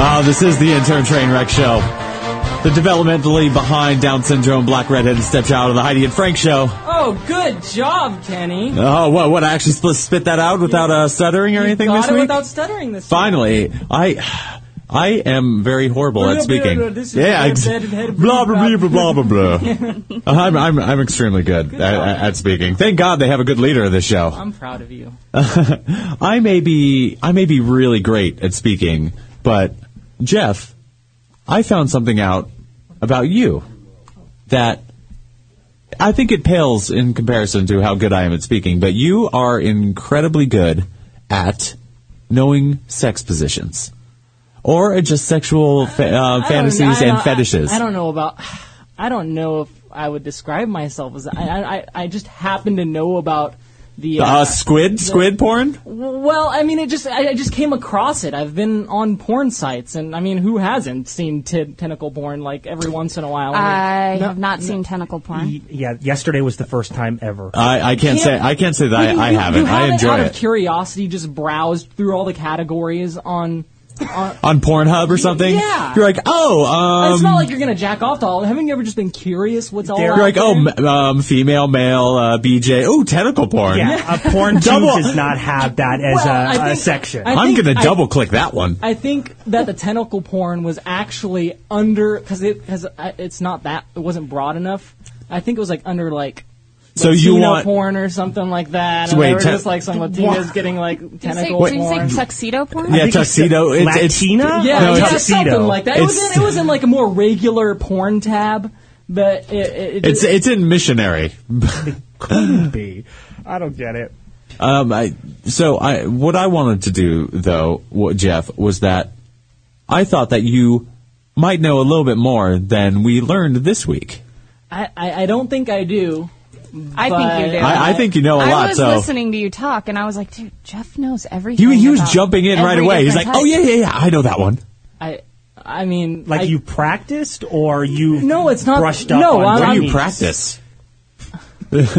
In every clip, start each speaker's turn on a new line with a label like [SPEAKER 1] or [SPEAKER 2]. [SPEAKER 1] Ah, this is the Intern Trainwreck Show. The developmentally behind Down syndrome black redheaded stepchild of the Heidi and Frank Show.
[SPEAKER 2] Oh, good job, Kenny.
[SPEAKER 1] Oh, what? What? I actually split, spit that out without uh, stuttering or anything
[SPEAKER 2] Got
[SPEAKER 1] this
[SPEAKER 2] it
[SPEAKER 1] week.
[SPEAKER 2] without stuttering this time.
[SPEAKER 1] Finally, I. I am very
[SPEAKER 2] Oh,
[SPEAKER 1] horrible at speaking.
[SPEAKER 2] This is
[SPEAKER 1] Yeah,
[SPEAKER 2] red,
[SPEAKER 1] ex-
[SPEAKER 2] red, red,
[SPEAKER 1] blah blah blah
[SPEAKER 2] blah.
[SPEAKER 1] blah blah blah. blah. Uh, I'm I'm I'm extremely good at, at at speaking. Thank God they have a good leader of this show.
[SPEAKER 2] I'm proud of you.
[SPEAKER 1] I may be I may be really great at speaking, but Jeff, I found something out about you that I think it pales in comparison to how good I am at speaking, but you are incredibly good at knowing sex positions or at just sexual fa-
[SPEAKER 2] I
[SPEAKER 1] uh,
[SPEAKER 2] don't-
[SPEAKER 1] fantasies
[SPEAKER 2] I don't-
[SPEAKER 1] and
[SPEAKER 2] I-
[SPEAKER 1] fetishes.
[SPEAKER 2] I, don't know about. I don't know if I would describe myself as. I I, I- I just happen to know about the.
[SPEAKER 1] uh, squid, squid porn.
[SPEAKER 2] well, I mean, it just I, I just came across it. I've been on porn sites, and I mean, who hasn't seen t- tentacle porn like every once in a while?
[SPEAKER 3] I have not seen tentacle porn.
[SPEAKER 4] Y- Yeah, yesterday was the first time ever.
[SPEAKER 1] I, I can't say I can't say that
[SPEAKER 2] You-
[SPEAKER 1] I, I
[SPEAKER 2] you-
[SPEAKER 1] haven't.
[SPEAKER 2] You
[SPEAKER 1] I
[SPEAKER 2] haven't
[SPEAKER 1] enjoy
[SPEAKER 2] out
[SPEAKER 1] it
[SPEAKER 2] of curiosity just browsed through all the categories on.
[SPEAKER 1] on Pornhub or something.
[SPEAKER 2] Yeah.
[SPEAKER 1] you're like, oh, um,
[SPEAKER 2] it's not like you're gonna jack off to all. Haven't you ever just been curious what's all?
[SPEAKER 4] They're-
[SPEAKER 2] out
[SPEAKER 1] You're like,
[SPEAKER 2] there?
[SPEAKER 1] oh, m- um, female, male, uh, BJ. Oh, tentacle porn.
[SPEAKER 4] yeah, a porn tube
[SPEAKER 1] Double-
[SPEAKER 4] does not have that as
[SPEAKER 2] Well, I
[SPEAKER 4] a, a
[SPEAKER 2] think-
[SPEAKER 4] section.
[SPEAKER 2] I-
[SPEAKER 1] I'm
[SPEAKER 2] think
[SPEAKER 1] going to double click that one.
[SPEAKER 2] I think that the tentacle porn was actually under because it because it's not that it wasn't broad enough. I think it was like under like.
[SPEAKER 1] So
[SPEAKER 2] Latino
[SPEAKER 1] you want-
[SPEAKER 2] porn or something like that? And
[SPEAKER 1] Wait,
[SPEAKER 2] they were
[SPEAKER 1] te-
[SPEAKER 2] just like some Latinas getting like
[SPEAKER 3] Did you say,
[SPEAKER 2] tentacle
[SPEAKER 3] did you say
[SPEAKER 2] porn.
[SPEAKER 3] tuxedo porn?
[SPEAKER 1] yeah,
[SPEAKER 4] think it's
[SPEAKER 1] tuxedo. It's, it's,
[SPEAKER 4] Latina?
[SPEAKER 2] yeah,
[SPEAKER 1] No,
[SPEAKER 2] yeah,
[SPEAKER 1] it's-
[SPEAKER 2] something like that. It was,
[SPEAKER 1] It's-
[SPEAKER 2] in, it was in like a more regular porn tab, but it, it, it
[SPEAKER 1] It's it's in missionary.
[SPEAKER 4] Could be. I don't get it.
[SPEAKER 1] Um, I, so I what I wanted to do though, what, Jeff, was that I thought that you might know a little bit more than we learned this week.
[SPEAKER 2] I, I I don't think I do.
[SPEAKER 3] I think you do.
[SPEAKER 2] But-
[SPEAKER 1] I, I think you know a
[SPEAKER 3] I
[SPEAKER 1] lot.
[SPEAKER 3] was
[SPEAKER 1] so
[SPEAKER 3] listening to you talk, and I was like, dude, Jeff knows everything.
[SPEAKER 1] he he was
[SPEAKER 3] about
[SPEAKER 1] jumping in right
[SPEAKER 3] every
[SPEAKER 1] away. He's like, oh
[SPEAKER 3] different type."
[SPEAKER 1] yeah yeah yeah, I know that one.
[SPEAKER 2] I I mean
[SPEAKER 4] Like
[SPEAKER 2] I-
[SPEAKER 4] you practiced or you
[SPEAKER 2] No, it's not-
[SPEAKER 4] brushed up.
[SPEAKER 2] no, I'm-
[SPEAKER 4] on
[SPEAKER 1] Where
[SPEAKER 4] what
[SPEAKER 1] do
[SPEAKER 2] I'm-
[SPEAKER 1] you
[SPEAKER 4] means.
[SPEAKER 1] practice?
[SPEAKER 2] I,
[SPEAKER 1] What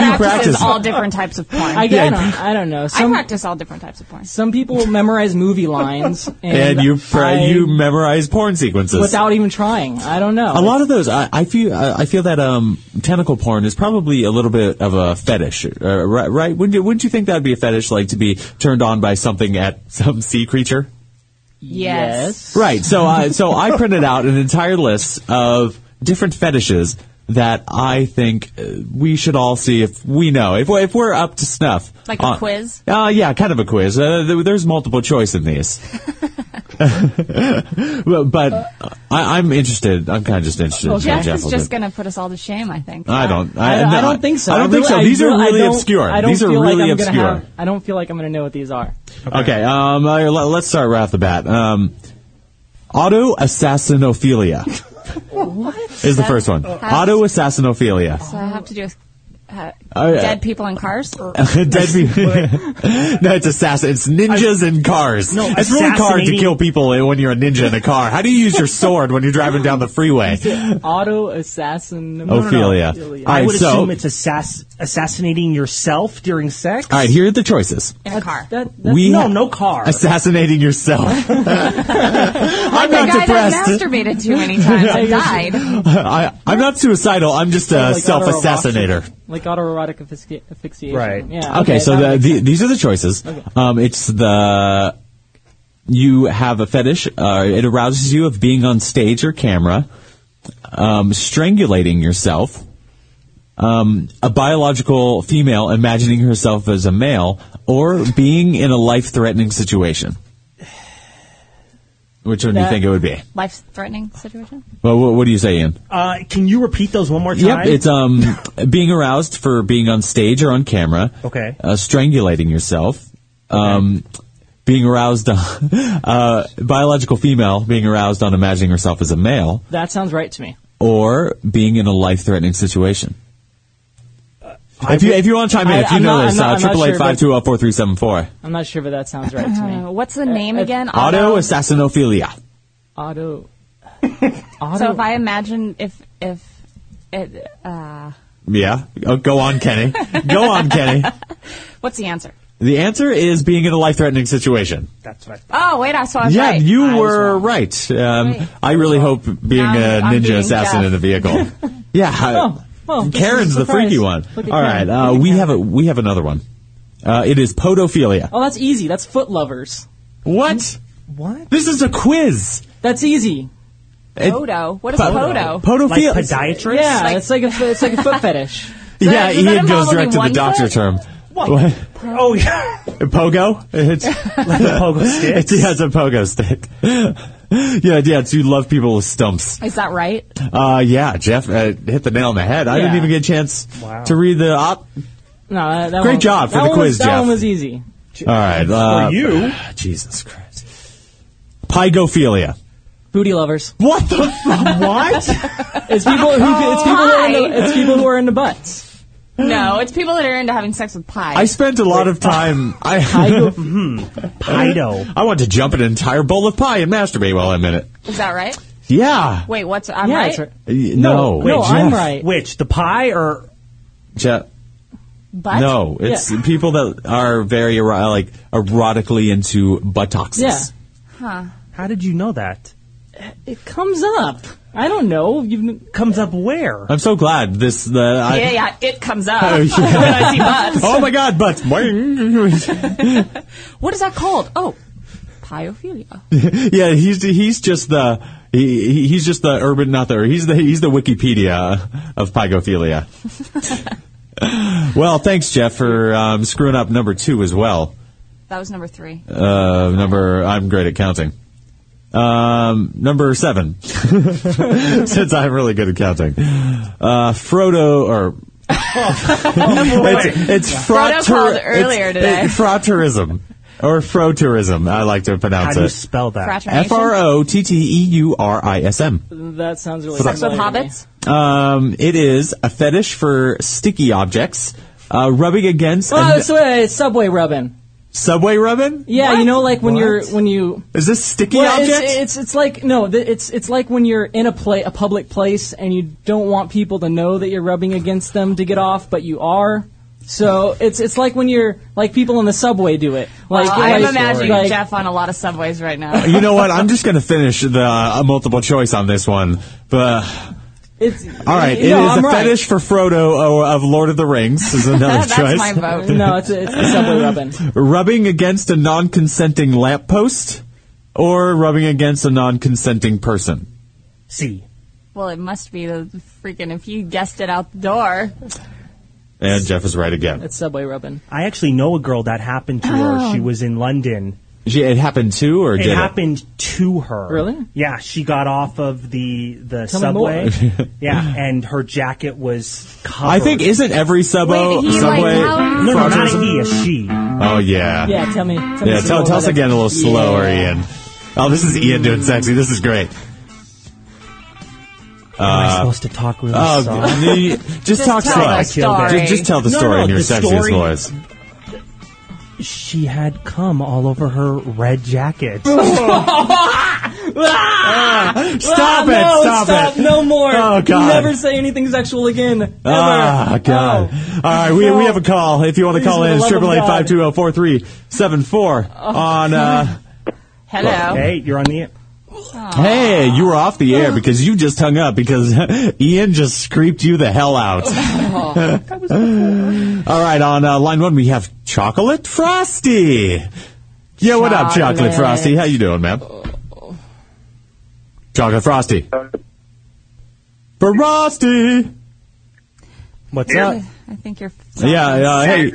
[SPEAKER 1] do you
[SPEAKER 3] He practices
[SPEAKER 1] practice?
[SPEAKER 3] all different types of porn.
[SPEAKER 2] I,
[SPEAKER 3] I,
[SPEAKER 2] get I don't know. Some,
[SPEAKER 3] practice all different types of porn.
[SPEAKER 2] Some people memorize movie lines, and,
[SPEAKER 1] And you pra-
[SPEAKER 2] I-
[SPEAKER 1] you memorize porn sequences
[SPEAKER 2] without even trying. I don't know.
[SPEAKER 1] A lot of those, I, I feel, I I feel that um, tentacle porn is probably a little bit of a fetish, uh, right? right? Wouldn't, you, wouldn't you think that would be a fetish, like to be turned on by something at some sea creature?
[SPEAKER 3] Yes.
[SPEAKER 1] Right. So I, so I printed out an entire list of different fetishes that I think uh, we should all see if we know if we're, if we're up to snuff.
[SPEAKER 3] Like a
[SPEAKER 1] Uh,
[SPEAKER 3] quiz?
[SPEAKER 1] Uh, yeah, kind of a quiz. Uh, th- there's multiple choice in these. Well, but uh, I, I'm interested. I'm kind of just interested. in
[SPEAKER 3] Jeff
[SPEAKER 1] Jeff
[SPEAKER 3] is
[SPEAKER 1] will do.
[SPEAKER 3] just going to put us all to shame, I think.
[SPEAKER 1] I don't.
[SPEAKER 2] I,
[SPEAKER 1] I,
[SPEAKER 2] don't-
[SPEAKER 1] no,
[SPEAKER 2] I don't think so.
[SPEAKER 1] I don't think
[SPEAKER 2] really-
[SPEAKER 1] so. These
[SPEAKER 2] I
[SPEAKER 1] are
[SPEAKER 2] don't- I
[SPEAKER 1] really
[SPEAKER 2] don't- I
[SPEAKER 1] obscure.
[SPEAKER 2] don't
[SPEAKER 1] These are
[SPEAKER 2] feel like
[SPEAKER 1] really
[SPEAKER 2] I'm gonna
[SPEAKER 1] obscure.
[SPEAKER 2] have- I don't feel like I'm going to know what these are.
[SPEAKER 1] Okay. Um. uh, let- Let's start right off the bat. Um. Auto assassinophilia. what is the first one? Auto assassinophilia.
[SPEAKER 3] So I have to do a, uh,
[SPEAKER 1] Oh, yeah.
[SPEAKER 3] dead people in cars.
[SPEAKER 1] Dead people. no, it's assassin. It's ninjas and cars.
[SPEAKER 4] No,
[SPEAKER 1] it's really hard to
[SPEAKER 4] assassinating-
[SPEAKER 1] kill people when you're a ninja in a car. How do you use your sword when you're driving down the freeway?
[SPEAKER 2] Auto assassin.
[SPEAKER 1] Ophelia. All
[SPEAKER 4] I
[SPEAKER 1] right,
[SPEAKER 4] would
[SPEAKER 1] so-
[SPEAKER 4] assume it's assass- assassinating yourself during sex.
[SPEAKER 1] All right. Here are the choices.
[SPEAKER 3] in a car.
[SPEAKER 2] That, that's
[SPEAKER 1] We
[SPEAKER 4] no,
[SPEAKER 1] ha-
[SPEAKER 4] no car.
[SPEAKER 1] assassinating yourself. I'm not
[SPEAKER 3] Like the guy
[SPEAKER 1] depressed.
[SPEAKER 3] that masturbated too many times and died.
[SPEAKER 1] I, I'm not suicidal. I'm just a
[SPEAKER 2] like
[SPEAKER 1] self assassinator.
[SPEAKER 2] autoerotic- Like autoerotic asphyxi- asphyxiation.
[SPEAKER 4] Right.
[SPEAKER 2] Yeah.
[SPEAKER 1] Okay, so
[SPEAKER 2] that
[SPEAKER 1] the,
[SPEAKER 2] makes
[SPEAKER 1] the,
[SPEAKER 2] sense.
[SPEAKER 1] these are the choices. Um, it's the you have a fetish. Uh, it arouses you of being on stage or camera, um, strangulating yourself, um, a biological female imagining herself as a male, or being in a life-threatening situation. Which one do you
[SPEAKER 2] That-
[SPEAKER 1] think it would be?
[SPEAKER 3] Life-threatening situation.
[SPEAKER 1] Well, what, what do you say, Ian?
[SPEAKER 4] Uh, can you repeat those one more time?
[SPEAKER 1] Yep, it's um being aroused for being on stage or on camera.
[SPEAKER 4] Okay.
[SPEAKER 1] Uh, strangulating yourself. Um, being aroused. Uh, biological female being aroused on imagining herself as a male,
[SPEAKER 2] that sounds right to me.
[SPEAKER 1] or being in a life-threatening situation. if you if you want to chime in,
[SPEAKER 2] Uh, I-
[SPEAKER 1] if you
[SPEAKER 2] I'm
[SPEAKER 1] know
[SPEAKER 2] not-
[SPEAKER 1] this,
[SPEAKER 2] I'm not- I'm not
[SPEAKER 1] triple eight
[SPEAKER 2] sure, but-
[SPEAKER 1] five two zero four three seven four.
[SPEAKER 2] I'm not sure, but that sounds right to
[SPEAKER 3] Uh,
[SPEAKER 2] me.
[SPEAKER 3] what's the name again?
[SPEAKER 1] Auto assassinophilia.
[SPEAKER 2] Auto.
[SPEAKER 1] Oh.
[SPEAKER 3] So if
[SPEAKER 2] auto.
[SPEAKER 3] I imagine if if it, uh,
[SPEAKER 1] Yeah, Oh, go on, Kenny. go on, Kenny.
[SPEAKER 3] what's the answer?
[SPEAKER 1] The answer is being in a life threatening situation.
[SPEAKER 4] That's what I thought.
[SPEAKER 3] Oh wait, I saw. it
[SPEAKER 1] yeah,
[SPEAKER 3] right.
[SPEAKER 1] you
[SPEAKER 4] I was
[SPEAKER 1] were
[SPEAKER 4] wrong.
[SPEAKER 1] right. Um,
[SPEAKER 3] Right.
[SPEAKER 1] I really hope being
[SPEAKER 3] Now
[SPEAKER 1] a
[SPEAKER 3] I'm- I'm
[SPEAKER 1] ninja
[SPEAKER 3] being
[SPEAKER 1] assassin
[SPEAKER 3] Jeff.
[SPEAKER 1] in a vehicle. yeah. I-
[SPEAKER 2] Oh, well, this is a
[SPEAKER 1] Karen's the
[SPEAKER 2] surprise.
[SPEAKER 1] freaky one. All
[SPEAKER 2] Look at
[SPEAKER 1] right,
[SPEAKER 2] Karen.
[SPEAKER 1] uh,
[SPEAKER 2] Look at
[SPEAKER 1] we
[SPEAKER 2] Karen.
[SPEAKER 1] have a we have another one. Uh, it is podophilia.
[SPEAKER 2] Oh, that's easy. That's foot lovers.
[SPEAKER 1] What?
[SPEAKER 4] What?
[SPEAKER 1] This is a quiz.
[SPEAKER 2] That's easy.
[SPEAKER 1] It-
[SPEAKER 3] Podo. What is
[SPEAKER 1] po-
[SPEAKER 3] podo?
[SPEAKER 4] Like
[SPEAKER 1] Podophilia.
[SPEAKER 4] podiatrist?
[SPEAKER 2] Yeah,
[SPEAKER 3] like-
[SPEAKER 2] it's like a it's like a foot fetish.
[SPEAKER 1] yeah,
[SPEAKER 3] Does that
[SPEAKER 1] Ian
[SPEAKER 3] involve
[SPEAKER 1] goes
[SPEAKER 3] only
[SPEAKER 1] direct to the
[SPEAKER 3] one
[SPEAKER 1] doctor
[SPEAKER 3] foot?
[SPEAKER 1] term.
[SPEAKER 4] What? Oh yeah.
[SPEAKER 1] Pogo? It's,
[SPEAKER 4] like a pogo stick.
[SPEAKER 1] it's, yeah, it's a pogo stick. yeah, yeah, it's you love people with stumps.
[SPEAKER 3] Is that right?
[SPEAKER 1] Uh, yeah, Jeff uh, hit the nail on the head. I didn't
[SPEAKER 2] Yeah.
[SPEAKER 1] even get a chance
[SPEAKER 4] Wow.
[SPEAKER 1] to read the op.
[SPEAKER 2] No, that, that
[SPEAKER 1] Great
[SPEAKER 2] one-
[SPEAKER 1] job for
[SPEAKER 2] that
[SPEAKER 1] the
[SPEAKER 2] one
[SPEAKER 1] quiz,
[SPEAKER 2] was, That
[SPEAKER 1] Jeff.
[SPEAKER 2] one was easy.
[SPEAKER 1] All right. Uh,
[SPEAKER 4] you.
[SPEAKER 1] Jesus Christ. Pygophilia.
[SPEAKER 2] Booty lovers.
[SPEAKER 1] What the f- What?
[SPEAKER 2] It's people who it's people who are into, it's people who are into butts.
[SPEAKER 3] No, it's people that are into having sex with pie.
[SPEAKER 1] I spent a lot of time. I,
[SPEAKER 2] Pygo-
[SPEAKER 4] Pido.
[SPEAKER 1] I want to jump an entire bowl of pie and masturbate while I'm in it.
[SPEAKER 3] is that right?
[SPEAKER 1] Yeah.
[SPEAKER 3] Wait, what's I'm
[SPEAKER 2] yeah,
[SPEAKER 3] right?
[SPEAKER 2] that's right.
[SPEAKER 1] No.
[SPEAKER 2] no, Oh, I'm
[SPEAKER 1] Jeff.
[SPEAKER 2] right.
[SPEAKER 4] Which the pie or
[SPEAKER 1] Jeff.
[SPEAKER 3] But
[SPEAKER 1] No, it's people that are very ero- like erotically into buttocks.
[SPEAKER 2] Yeah,
[SPEAKER 4] how did you know that?
[SPEAKER 2] it comes up. I don't know. You've
[SPEAKER 4] Comes up where?
[SPEAKER 1] I'm so glad this. The, I,
[SPEAKER 3] yeah, yeah, it comes up
[SPEAKER 1] Oh, yeah.
[SPEAKER 3] when I see butts.
[SPEAKER 1] Oh my God, butts! yeah,
[SPEAKER 3] What is that called? Oh, pyophilia.
[SPEAKER 1] he's he's just the he, he- he's just the urban not the he's the he's the Wikipedia of pygophilia. well, thanks, Jeff, for um, screwing up number two as well.
[SPEAKER 3] That was number three.
[SPEAKER 1] Uh, number I'm great at counting. Um, number seven, since I'm really good at counting. Uh, Frodo or it's, it's
[SPEAKER 3] Frodo called
[SPEAKER 1] it's-
[SPEAKER 3] earlier
[SPEAKER 1] it-
[SPEAKER 3] today.
[SPEAKER 1] frotteurism or frotteurism. I like to
[SPEAKER 4] How
[SPEAKER 1] pronounce
[SPEAKER 4] do you
[SPEAKER 1] it.
[SPEAKER 4] spell that?
[SPEAKER 3] Fraternation?
[SPEAKER 1] F R O T T E U R I S M.
[SPEAKER 2] that sounds really
[SPEAKER 3] Sex with
[SPEAKER 2] familiar to me.
[SPEAKER 3] hobbits?
[SPEAKER 1] Um, it is a fetish for sticky objects, uh, rubbing against
[SPEAKER 2] Oh,
[SPEAKER 1] and-
[SPEAKER 2] it's uh, subway rubbing.
[SPEAKER 1] subway rubbing.
[SPEAKER 2] Yeah, you know, like when
[SPEAKER 4] What?
[SPEAKER 2] you're when you
[SPEAKER 1] Is this sticky
[SPEAKER 2] Well, it's,
[SPEAKER 1] object?
[SPEAKER 2] it's it's like no, th- it's it's like when you're in a play a public place and you don't want people to know that you're rubbing against them to get off, but you are. So it's it's like when you're like people in the subway do it. Like
[SPEAKER 3] Well, Oh, I am
[SPEAKER 2] like-
[SPEAKER 3] imagining
[SPEAKER 2] like-
[SPEAKER 3] Jeff on a lot of subways right now.
[SPEAKER 1] you know what? I'm just going to finish the uh, multiple choice on this one. But
[SPEAKER 2] It's,
[SPEAKER 1] all right, it is
[SPEAKER 2] no, I'm
[SPEAKER 1] a
[SPEAKER 2] right.
[SPEAKER 1] fetish for Frodo o- of Lord of the Rings is another
[SPEAKER 3] That's
[SPEAKER 1] choice.
[SPEAKER 3] my vote.
[SPEAKER 2] No, it's it's the subway rubbing.
[SPEAKER 1] Rubbing against a non-consenting lamppost or rubbing against a non-consenting person.
[SPEAKER 4] C.
[SPEAKER 3] Well, it must be the freaking if you guessed it out the door.
[SPEAKER 1] And Jeff is right again.
[SPEAKER 2] It's subway rubbing.
[SPEAKER 4] I actually know a girl that happened to her.
[SPEAKER 2] Oh.
[SPEAKER 4] She was in London.
[SPEAKER 1] Gee, It happened to or
[SPEAKER 4] It
[SPEAKER 1] did
[SPEAKER 4] happened to her.
[SPEAKER 2] Really?
[SPEAKER 4] Yeah, she got off of the the
[SPEAKER 2] Tell me
[SPEAKER 4] subway.
[SPEAKER 1] more.
[SPEAKER 4] yeah, and her jacket was covered.
[SPEAKER 1] I think isn't every subo
[SPEAKER 3] Wait, he, like,
[SPEAKER 1] subway
[SPEAKER 3] how-
[SPEAKER 4] no, no, not a
[SPEAKER 1] frotteurism-
[SPEAKER 4] he, a she.
[SPEAKER 1] Oh yeah.
[SPEAKER 2] Yeah, tell me. Tell me
[SPEAKER 1] Yeah,
[SPEAKER 2] some
[SPEAKER 1] tell,
[SPEAKER 2] more
[SPEAKER 1] tell us
[SPEAKER 2] about
[SPEAKER 1] again a
[SPEAKER 2] it.
[SPEAKER 1] little slower,
[SPEAKER 2] Yeah.
[SPEAKER 1] Ian. Oh, this is Ian doing sexy. This is great.
[SPEAKER 4] Am I supposed to talk really
[SPEAKER 1] Oh,
[SPEAKER 4] soft?
[SPEAKER 1] no, you- just, talk
[SPEAKER 3] tell
[SPEAKER 1] slow.
[SPEAKER 3] the
[SPEAKER 1] Ju-
[SPEAKER 3] story.
[SPEAKER 1] Just, tell the
[SPEAKER 4] No,
[SPEAKER 1] story
[SPEAKER 4] no,
[SPEAKER 1] in your
[SPEAKER 4] the
[SPEAKER 1] sexiest
[SPEAKER 4] story-
[SPEAKER 1] voice.
[SPEAKER 4] She had cum all over her red jacket.
[SPEAKER 1] Stop
[SPEAKER 2] Ah,
[SPEAKER 1] it!
[SPEAKER 2] no,
[SPEAKER 1] stop, it!
[SPEAKER 2] No more.
[SPEAKER 1] Oh, God.
[SPEAKER 2] Never say anything sexual again. Ever.
[SPEAKER 1] Ah, God.
[SPEAKER 2] Oh.
[SPEAKER 1] All right, we, we have a call. If you want to
[SPEAKER 2] Please,
[SPEAKER 1] call
[SPEAKER 2] for
[SPEAKER 1] in,
[SPEAKER 2] the
[SPEAKER 1] it's
[SPEAKER 2] love of
[SPEAKER 1] triple eight
[SPEAKER 2] God.
[SPEAKER 1] five two zero four three seven four on. Uh,
[SPEAKER 3] Hello.
[SPEAKER 4] Hey, you're on the.
[SPEAKER 1] hey, you were off the air because you just hung up because Ian just creeped you the hell out. All right, on uh, line one we have Chocolate Frosty. Yeah, what up, Chocolate
[SPEAKER 3] Chocolate.
[SPEAKER 1] Frosty? How you doing, man? Chocolate Frosty. Frosty.
[SPEAKER 4] What's
[SPEAKER 5] Yeah.
[SPEAKER 4] up?
[SPEAKER 3] I think you're.
[SPEAKER 1] Yeah, yeah, hey.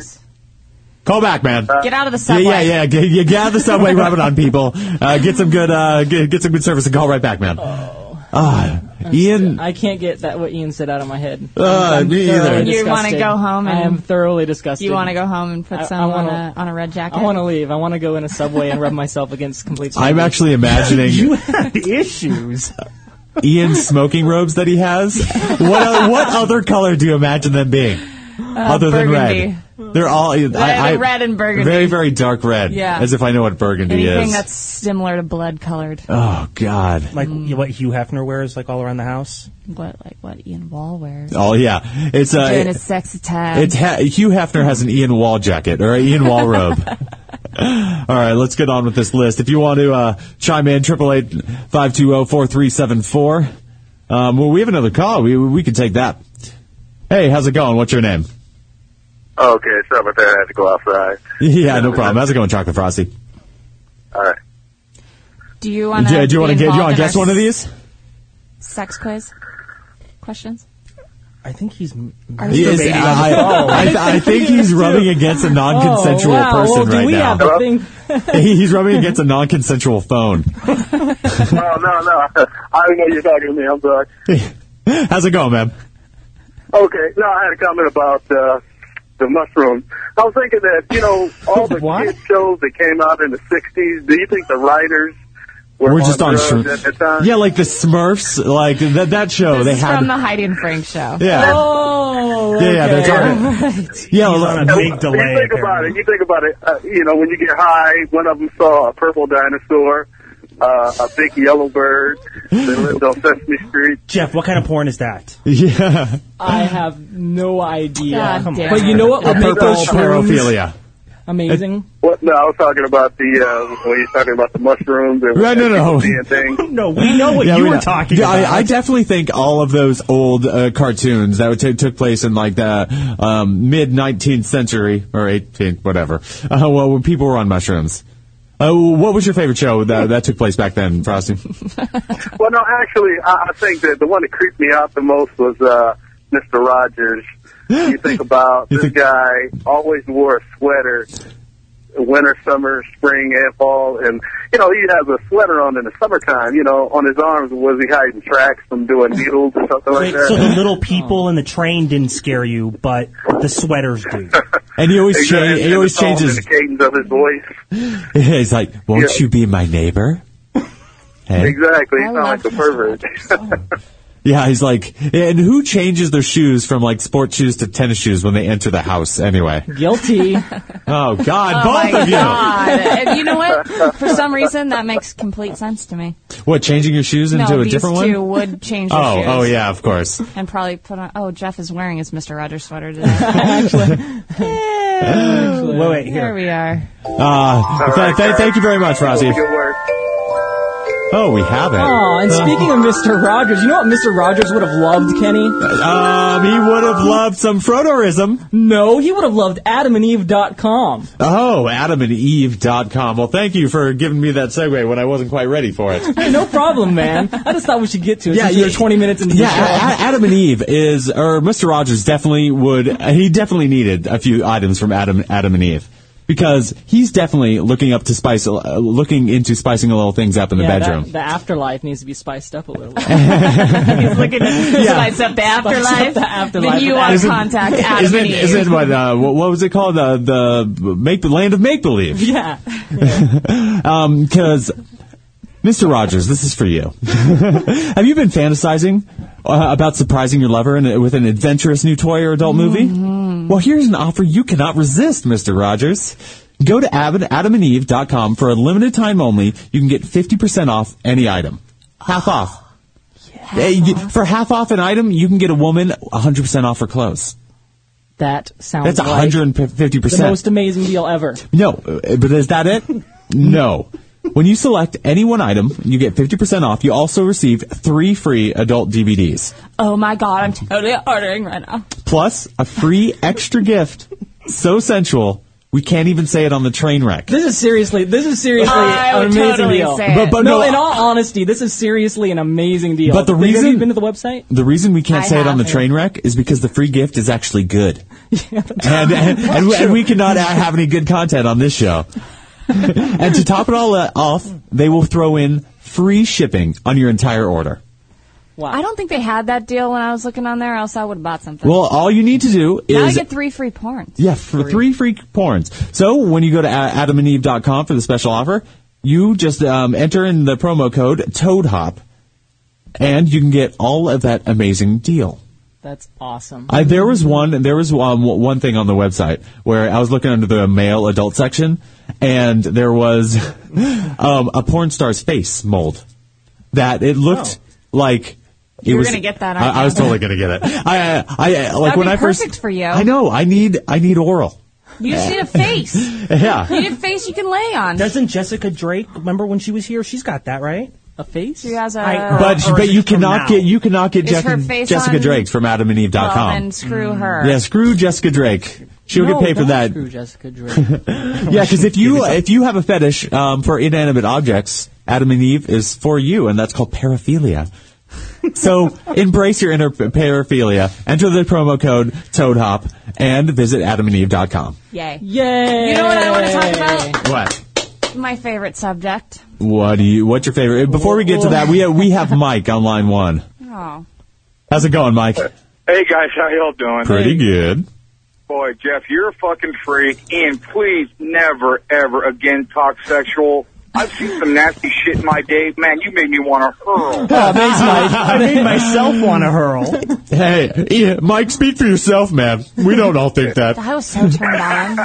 [SPEAKER 1] Call back, man.
[SPEAKER 3] Get out of the
[SPEAKER 1] Yeah,
[SPEAKER 3] subway.
[SPEAKER 1] yeah, yeah. Get, you get out of the subway, rub it on people. Uh, get some good, uh, get, get some good service, and call right back, man.
[SPEAKER 3] Oh.
[SPEAKER 1] Ah, Ian,
[SPEAKER 2] I can't get that what Ian said out of my head.
[SPEAKER 1] uh, me
[SPEAKER 2] thoroughly
[SPEAKER 1] either.
[SPEAKER 3] You wanna
[SPEAKER 2] disgusted.
[SPEAKER 3] go home and-
[SPEAKER 2] I am thoroughly disgusted.
[SPEAKER 3] You want to go home and put
[SPEAKER 2] I-
[SPEAKER 3] some
[SPEAKER 2] I
[SPEAKER 3] on,
[SPEAKER 2] wanna-
[SPEAKER 3] a, on a red jacket?
[SPEAKER 2] I want to leave. I want to go in a subway and rub myself against complete.
[SPEAKER 1] I'm
[SPEAKER 2] strangers.
[SPEAKER 1] actually imagining
[SPEAKER 4] You have issues.
[SPEAKER 1] Ian's smoking robes that he has. What, what other color do you imagine them being, other than
[SPEAKER 3] Uh, burgundy.
[SPEAKER 1] red? They're all. I,
[SPEAKER 3] They're
[SPEAKER 1] I-
[SPEAKER 3] red and burgundy.
[SPEAKER 1] Very, very dark red.
[SPEAKER 3] Yeah.
[SPEAKER 1] As if I know what burgundy
[SPEAKER 3] Anything
[SPEAKER 1] is.
[SPEAKER 3] that's similar to blood colored.
[SPEAKER 1] oh God.
[SPEAKER 4] Like you- what Hugh Hefner wears, like all around the house.
[SPEAKER 3] What like what Ian Wall wears.
[SPEAKER 1] Oh yeah. It's uh.
[SPEAKER 3] Doing
[SPEAKER 1] It,
[SPEAKER 3] his sex attack.
[SPEAKER 1] it's ha- Hugh Hefner has an Ian Wall jacket or an Ian Wall robe. All right, let's get on with this list. If you want to uh, chime in, triple eight five two zero four three seven four. Um, Well, we have another call. We we could take that. Hey, how's it going? What's your name?
[SPEAKER 5] Okay, sorry about that. I had to go outside.
[SPEAKER 1] Yeah, no problem. How's it going, Chocolate Frosty?
[SPEAKER 5] All right.
[SPEAKER 3] do you want
[SPEAKER 1] Do
[SPEAKER 3] to?
[SPEAKER 1] you- do you want to get? Do you want to guess one of these?
[SPEAKER 3] sex quiz questions?
[SPEAKER 4] I think he's. m-
[SPEAKER 1] He is-
[SPEAKER 4] masturbating on
[SPEAKER 1] I,
[SPEAKER 4] the phone.
[SPEAKER 1] I, I think he's rubbing against a non-consensual
[SPEAKER 2] oh, wow.
[SPEAKER 1] person
[SPEAKER 2] well, do
[SPEAKER 1] right
[SPEAKER 2] we
[SPEAKER 1] now.
[SPEAKER 2] have a thing?
[SPEAKER 1] he's rubbing against a non-consensual phone.
[SPEAKER 5] Oh, no, no. I didn't know you were talking to me. I'm sorry.
[SPEAKER 1] How's it going, man?
[SPEAKER 5] Okay, no, I had a comment about uh, the mushrooms. I was thinking that, you know, all the
[SPEAKER 4] What?
[SPEAKER 5] kid shows that came out in the 60s, do you think the writers were,
[SPEAKER 1] We're just on
[SPEAKER 5] drugs at the
[SPEAKER 1] Smurfs.
[SPEAKER 5] time?
[SPEAKER 1] Yeah, like the Smurfs, like that that show.
[SPEAKER 3] This
[SPEAKER 1] Oh, they
[SPEAKER 3] is
[SPEAKER 1] had.
[SPEAKER 3] from the Heidi and Frank show.
[SPEAKER 1] yeah.
[SPEAKER 2] Oh,
[SPEAKER 1] yeah, yeah, they're talking. Yeah,
[SPEAKER 4] He's
[SPEAKER 1] like-
[SPEAKER 4] on a big
[SPEAKER 5] Well,
[SPEAKER 4] delay.
[SPEAKER 5] You think about
[SPEAKER 4] apparently.
[SPEAKER 5] it. You think about it. Uh, you know, when you get high, one of them saw a purple dinosaur, uh, a big yellow bird that lived on Sesame Street.
[SPEAKER 4] Jeff, what kind of porn is that?
[SPEAKER 1] yeah.
[SPEAKER 2] I have no idea.
[SPEAKER 3] God
[SPEAKER 4] come
[SPEAKER 3] damn.
[SPEAKER 4] on.
[SPEAKER 2] But you know what
[SPEAKER 1] A
[SPEAKER 2] would make
[SPEAKER 1] purple
[SPEAKER 2] those shrooms
[SPEAKER 1] paraphilia.
[SPEAKER 2] amazing?
[SPEAKER 5] What? No, I was talking about the uh, when you're talking about the mushrooms and
[SPEAKER 1] Right, no, no.
[SPEAKER 5] and things.
[SPEAKER 4] No, we know what
[SPEAKER 1] Yeah,
[SPEAKER 4] you
[SPEAKER 1] we
[SPEAKER 4] were
[SPEAKER 1] know.
[SPEAKER 4] talking
[SPEAKER 1] Yeah,
[SPEAKER 4] about.
[SPEAKER 1] I, I definitely think all of those old uh, cartoons that would t- took place in like the um, mid 19th century or 18th, whatever. Uh, well, when people were on mushrooms. Uh, what was your favorite show that, that took place back then, Frosty?
[SPEAKER 5] Well, no, actually, I, I think that the one that creeped me out the most was uh, Mr. Rogers. You think about
[SPEAKER 1] You
[SPEAKER 5] this
[SPEAKER 1] think-
[SPEAKER 5] guy always wore a sweater, winter, summer, spring, and fall, and you know he has a sweater on in the summertime. You know, on his arms was he hiding tracks from doing needles or something like
[SPEAKER 4] Wait, so
[SPEAKER 5] that?
[SPEAKER 4] the little people and the train didn't scare you, but the sweaters do.
[SPEAKER 1] And he always
[SPEAKER 5] Exactly.
[SPEAKER 1] change,
[SPEAKER 5] And
[SPEAKER 1] he
[SPEAKER 5] the
[SPEAKER 1] always
[SPEAKER 5] tone and
[SPEAKER 1] changes.
[SPEAKER 5] the cadence of his voice.
[SPEAKER 1] He's like, "Won't
[SPEAKER 5] Yeah.
[SPEAKER 1] you be my neighbor?" Hey.
[SPEAKER 3] I
[SPEAKER 5] Exactly, he's not
[SPEAKER 3] love
[SPEAKER 5] like a
[SPEAKER 3] Mr.
[SPEAKER 5] pervert.
[SPEAKER 1] Yeah, he's like, and who changes their shoes from like sports shoes to tennis shoes when they enter the house anyway?
[SPEAKER 2] Guilty.
[SPEAKER 1] Oh God,
[SPEAKER 3] My
[SPEAKER 1] both of you!
[SPEAKER 3] God. And you know what? For some reason, that makes complete sense to me.
[SPEAKER 1] What, changing your shoes into
[SPEAKER 3] no,
[SPEAKER 1] a
[SPEAKER 3] these
[SPEAKER 1] different
[SPEAKER 3] two
[SPEAKER 1] one?
[SPEAKER 3] would change their
[SPEAKER 1] Oh,
[SPEAKER 3] shoes.
[SPEAKER 1] oh yeah, of course.
[SPEAKER 3] And probably put on. Oh, Jeff is wearing his Mister Rogers sweater today.
[SPEAKER 4] Wait, wait,
[SPEAKER 3] Here
[SPEAKER 4] here.
[SPEAKER 3] we are.
[SPEAKER 1] Uh, th-
[SPEAKER 5] right,
[SPEAKER 1] th-
[SPEAKER 5] guys.
[SPEAKER 1] thank you very much, Rossi.
[SPEAKER 5] Good work.
[SPEAKER 1] Oh, we have it.
[SPEAKER 2] Oh, and speaking of Mr. Rogers, you know what Mr. Rogers would have loved, Kenny?
[SPEAKER 3] Oh.
[SPEAKER 1] Um, he would have loved some Frodoism.
[SPEAKER 2] No, he would have loved adamandeve.com.
[SPEAKER 1] Oh, adamandeve.com. Well, thank you for giving me that segue when I wasn't quite ready for it.
[SPEAKER 2] Hey, no problem, man. I just thought we should get to it.
[SPEAKER 1] Yeah,
[SPEAKER 2] Yeah,
[SPEAKER 1] yeah.
[SPEAKER 2] you're 20 minutes into
[SPEAKER 1] Yeah,
[SPEAKER 2] the show.
[SPEAKER 1] A- A- Adam and Eve is, or Mr. Rogers definitely would. He definitely needed a few items from Adam, Adam and Eve because he's definitely looking up to spice, uh, looking into spicing little things up in the
[SPEAKER 2] Yeah, that-
[SPEAKER 1] bedroom.
[SPEAKER 2] the afterlife needs to be spiced up a little.
[SPEAKER 3] He's looking at spice up the afterlife.
[SPEAKER 2] the afterlife
[SPEAKER 3] Then you
[SPEAKER 2] with
[SPEAKER 3] want to
[SPEAKER 1] Adam.
[SPEAKER 3] contact Adam
[SPEAKER 1] isn't
[SPEAKER 3] and
[SPEAKER 1] it,
[SPEAKER 3] Eve.
[SPEAKER 1] isn't it what, uh, what, what was it called? Uh, the make the land of make believe.
[SPEAKER 2] yeah.
[SPEAKER 1] Because Mr. Rogers, this is for you. Have you been fantasizing uh, about surprising your lover in, with an adventurous new toy or adult
[SPEAKER 2] Mm-hmm.
[SPEAKER 1] movie? Well, here's an offer you cannot resist, Mr. Rogers. Go to ab- adamandeve.com for a limited time only. You can get 50% off any item. Half off. Hey, you- For half off an item, you can get a woman 100% off her clothes.
[SPEAKER 2] That sounds
[SPEAKER 1] That's
[SPEAKER 2] like
[SPEAKER 1] 150%.
[SPEAKER 2] the most amazing deal ever.
[SPEAKER 1] No, uh, but is that it? No. When you select any one item, you get 50% off. You also receive three free adult DVDs,
[SPEAKER 3] oh my god, I'm totally ordering right now.
[SPEAKER 1] plus a free extra gift so sensual we can't even say it on the train wreck.
[SPEAKER 2] This is seriously, this is
[SPEAKER 1] Oh,
[SPEAKER 2] seriously
[SPEAKER 3] I
[SPEAKER 2] an
[SPEAKER 3] would
[SPEAKER 2] amazing
[SPEAKER 3] totally
[SPEAKER 2] deal.
[SPEAKER 3] say it.
[SPEAKER 1] But- but
[SPEAKER 2] no,
[SPEAKER 1] no,
[SPEAKER 2] in
[SPEAKER 1] I-
[SPEAKER 2] all honesty, this is seriously an amazing deal.
[SPEAKER 1] But the
[SPEAKER 2] Have you- have
[SPEAKER 1] reason-
[SPEAKER 2] you been to the website?
[SPEAKER 1] The reason we can't
[SPEAKER 3] I
[SPEAKER 1] say it on the
[SPEAKER 3] have it.
[SPEAKER 1] train wreck is because the free gift is actually good. and, and, and, we- and we cannot have any good content on this show. and to top it all uh, off, they will throw in free shipping on your entire order.
[SPEAKER 2] Wow.
[SPEAKER 3] I don't think they had that deal when I was looking on there, else I would have bought something.
[SPEAKER 1] Well, all you need to do is
[SPEAKER 3] now I get three free porns.
[SPEAKER 1] Yeah, for three free porns. So when you go to a- adamandeve.com for the special offer, you just um, enter in the promo code TOADHOP, and you can get all of that amazing deal.
[SPEAKER 2] That's awesome.
[SPEAKER 1] I, there was one. There was um, w- one thing on the website where I was looking under the male adult section, and there was um, a porn star's face mold that it looked like. It
[SPEAKER 3] You're
[SPEAKER 1] was,
[SPEAKER 3] gonna get that, aren't
[SPEAKER 1] I, I was
[SPEAKER 3] you?
[SPEAKER 1] totally gonna get it. I, I, I like
[SPEAKER 3] That'd
[SPEAKER 1] when
[SPEAKER 3] be
[SPEAKER 1] I first.
[SPEAKER 3] perfect for you.
[SPEAKER 1] I know. I need. I need oral.
[SPEAKER 3] You just need a face. You
[SPEAKER 1] Yeah.
[SPEAKER 3] need a face you can lay on.
[SPEAKER 4] Doesn't Jessica Drake remember when she was here? She's got that right.
[SPEAKER 2] A face?
[SPEAKER 3] She has a
[SPEAKER 4] I-
[SPEAKER 1] But
[SPEAKER 4] Or
[SPEAKER 1] but
[SPEAKER 4] is
[SPEAKER 1] you
[SPEAKER 4] it from
[SPEAKER 1] cannot
[SPEAKER 4] now?
[SPEAKER 1] get you cannot get
[SPEAKER 3] Is
[SPEAKER 1] Jeff-
[SPEAKER 3] her face
[SPEAKER 1] Jessica
[SPEAKER 3] on-
[SPEAKER 1] Drake from
[SPEAKER 3] well,
[SPEAKER 1] AdamandEve.com.
[SPEAKER 3] then screw
[SPEAKER 1] Mm.
[SPEAKER 3] her.
[SPEAKER 1] Yeah, screw Jessica Drake. She'll
[SPEAKER 2] No,
[SPEAKER 1] get paid for
[SPEAKER 2] don't
[SPEAKER 1] that.
[SPEAKER 2] Screw Jessica Drake.
[SPEAKER 1] Yeah, because if you if you have a fetish um, for inanimate objects, Adam and Eve is for you, and that's called paraphilia. so embrace your inner p- paraphilia. Enter the promo code ToadHop and visit AdamandEve.com.
[SPEAKER 3] Yay.
[SPEAKER 2] Yay!
[SPEAKER 3] You know what I want to talk about?
[SPEAKER 1] What?
[SPEAKER 3] My favorite subject.
[SPEAKER 1] What do you? What's your favorite? Before we get to that, we have, we have Mike on line one.
[SPEAKER 3] Oh.
[SPEAKER 1] How's it going, Mike?
[SPEAKER 6] Hey guys, how y'all doing?
[SPEAKER 1] Pretty good.
[SPEAKER 6] Boy, Jeff, you're a fucking freak, and please never, ever again talk sexual. I've seen some nasty shit in my day. Man, you made me want to hurl.
[SPEAKER 4] I made myself want to hurl.
[SPEAKER 1] Hey, yeah, Mike, speak for yourself, man. We don't all think that.
[SPEAKER 3] I was so turned on.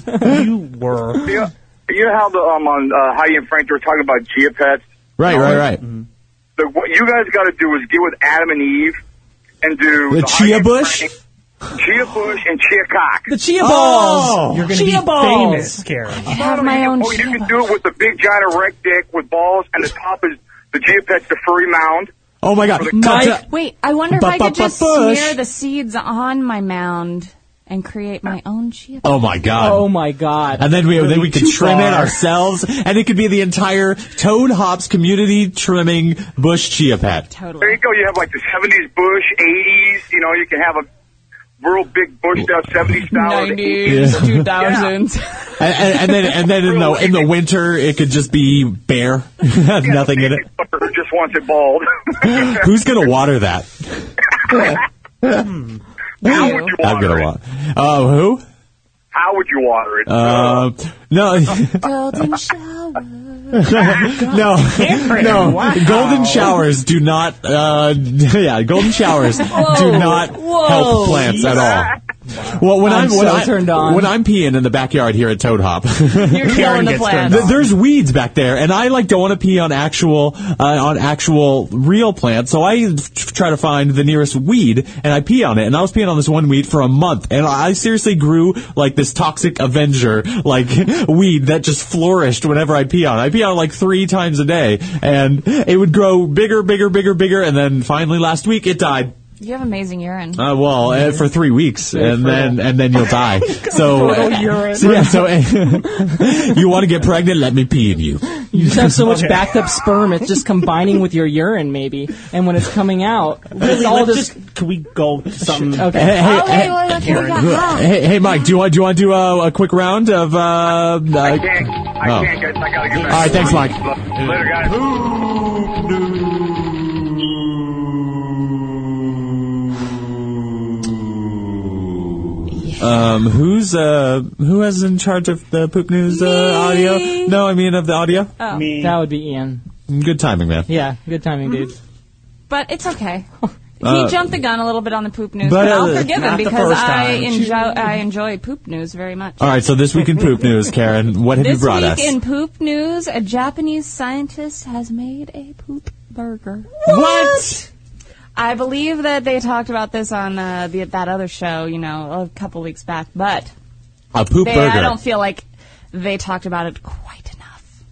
[SPEAKER 3] Mm.
[SPEAKER 4] You were.
[SPEAKER 6] You know, you know how the, um, on uh, Heidi and Frank they were talking about geopets?
[SPEAKER 1] Right, right, right.
[SPEAKER 6] The, what you guys got to do is get with Adam and Eve and do
[SPEAKER 1] The
[SPEAKER 6] Heidi
[SPEAKER 1] Chia
[SPEAKER 6] and
[SPEAKER 1] Bush?
[SPEAKER 6] Frank, Chia Bush and Chia Cock.
[SPEAKER 2] The Chia Balls!
[SPEAKER 1] Oh!
[SPEAKER 4] You're going to be
[SPEAKER 2] Chia balls.
[SPEAKER 4] famous, Karen.
[SPEAKER 3] I have my own
[SPEAKER 6] Oh, you
[SPEAKER 3] shit.
[SPEAKER 6] can do it with the big giant erect dick with balls, and the top is the geopets, the furry mound.
[SPEAKER 1] Oh my God,
[SPEAKER 2] Mike,
[SPEAKER 3] Wait, I wonder if I could just
[SPEAKER 1] Ba-ba-ba-bush.
[SPEAKER 3] smear the seeds on my mound and create my own chia.
[SPEAKER 1] Oh my God.
[SPEAKER 2] Oh my god.
[SPEAKER 1] And then we then we could
[SPEAKER 4] too
[SPEAKER 1] trim it
[SPEAKER 4] far.
[SPEAKER 1] ourselves, and it could be the entire Toad Hops community trimming bush chia pet.
[SPEAKER 6] There you
[SPEAKER 3] Totally.
[SPEAKER 6] go. You have like the seventies bush, eighties. You know, you can have a real big bushed out seventies style. with the 80s.
[SPEAKER 1] 80s,
[SPEAKER 3] 2000s.
[SPEAKER 1] And, and, and then and then in the in the winter, it could just be bare, have nothing in it.
[SPEAKER 6] Fucker Just wants it bald.
[SPEAKER 1] Who's gonna water that?
[SPEAKER 6] How would you
[SPEAKER 1] I'm
[SPEAKER 6] water
[SPEAKER 1] gonna
[SPEAKER 6] it?
[SPEAKER 1] water. Uh, who?
[SPEAKER 6] How would you water it?
[SPEAKER 1] Uh, no,
[SPEAKER 3] Golden shower.
[SPEAKER 1] no, no. Golden showers do not. Uh, yeah, golden showers do not help plants at all. Well, when I'm,
[SPEAKER 2] I'm
[SPEAKER 1] when
[SPEAKER 2] so
[SPEAKER 1] I,
[SPEAKER 2] turned on.
[SPEAKER 1] when I'm peeing in the backyard here at Toad Hop.
[SPEAKER 3] You're killing the plant.
[SPEAKER 1] Th- there's weeds back there, and I like don't want to pee on actual uh, on actual real plants. So I f- try to find the nearest weed, and I pee on it. And I was peeing on this one weed for a month, and I seriously grew like this toxic Avenger like weed that just flourished whenever I pee on. it. I pee on it like three times a day, and it would grow bigger, bigger, bigger, bigger, and then finally last week it died.
[SPEAKER 3] You have amazing urine.
[SPEAKER 1] Uh, well, uh, for three weeks, and then and then you'll die. So, uh,
[SPEAKER 2] urine.
[SPEAKER 1] so yeah, so uh, you want to get pregnant? Let me pee in you.
[SPEAKER 2] You just have so much backed up sperm, it's just combining with your urine, maybe. And when it's coming out, it's
[SPEAKER 4] Really,
[SPEAKER 2] all
[SPEAKER 4] let's
[SPEAKER 2] just.
[SPEAKER 4] just, can we go to something?
[SPEAKER 2] Okay.
[SPEAKER 1] Hey, hey,
[SPEAKER 3] oh, wait, wait, wait, we got that.
[SPEAKER 1] hey, hey, Mike, do you want do you want to do a, a quick round of? Uh,
[SPEAKER 6] I
[SPEAKER 1] uh,
[SPEAKER 6] can't. I
[SPEAKER 1] oh.
[SPEAKER 6] can't. Guys, I gotta get back.
[SPEAKER 1] All right, thanks, Mike.
[SPEAKER 6] Later, guys.
[SPEAKER 1] um, who's uh, who is in charge of the poop news uh,
[SPEAKER 3] Me. Uh,
[SPEAKER 1] audio? No, I mean of the audio.
[SPEAKER 4] Me.
[SPEAKER 2] That would be Ian.
[SPEAKER 1] Good timing, man.
[SPEAKER 2] Yeah, good timing, dude.
[SPEAKER 3] But it's okay.
[SPEAKER 1] Uh,
[SPEAKER 3] he jumped the gun a little bit on the poop news,
[SPEAKER 1] but,
[SPEAKER 3] but,
[SPEAKER 1] uh,
[SPEAKER 3] I'll forgive
[SPEAKER 4] not
[SPEAKER 3] him
[SPEAKER 4] the
[SPEAKER 3] because
[SPEAKER 4] first
[SPEAKER 3] I
[SPEAKER 4] time.
[SPEAKER 3] enjoy I enjoy poop news very much.
[SPEAKER 1] All right, so this week in poop news, Karen, what have
[SPEAKER 3] this
[SPEAKER 1] you brought
[SPEAKER 3] week
[SPEAKER 1] us?
[SPEAKER 3] in poop news, a Japanese scientist has made a poop burger.
[SPEAKER 1] what?
[SPEAKER 3] I believe that they talked about this on uh, the, that other show, you know, a couple weeks back, but
[SPEAKER 1] A poop
[SPEAKER 3] they,
[SPEAKER 1] burger.
[SPEAKER 3] I don't feel like they talked about it quite enough.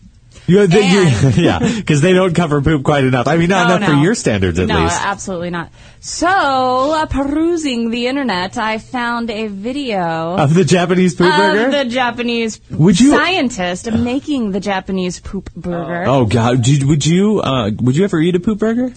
[SPEAKER 1] You, they,
[SPEAKER 3] And-
[SPEAKER 1] you, yeah, because they don't cover poop quite enough. I mean, Uh, not
[SPEAKER 3] No,
[SPEAKER 1] enough for
[SPEAKER 3] Oh, no.
[SPEAKER 1] your standards, at
[SPEAKER 3] no,
[SPEAKER 1] least.
[SPEAKER 3] absolutely not. So, uh, perusing the internet, I found a video
[SPEAKER 1] of the Japanese poop burger.
[SPEAKER 3] of the Japanese
[SPEAKER 1] Would you-
[SPEAKER 3] scientist making the Japanese poop burger.
[SPEAKER 1] oh God, Did- would you uh, would you ever eat a poop burger?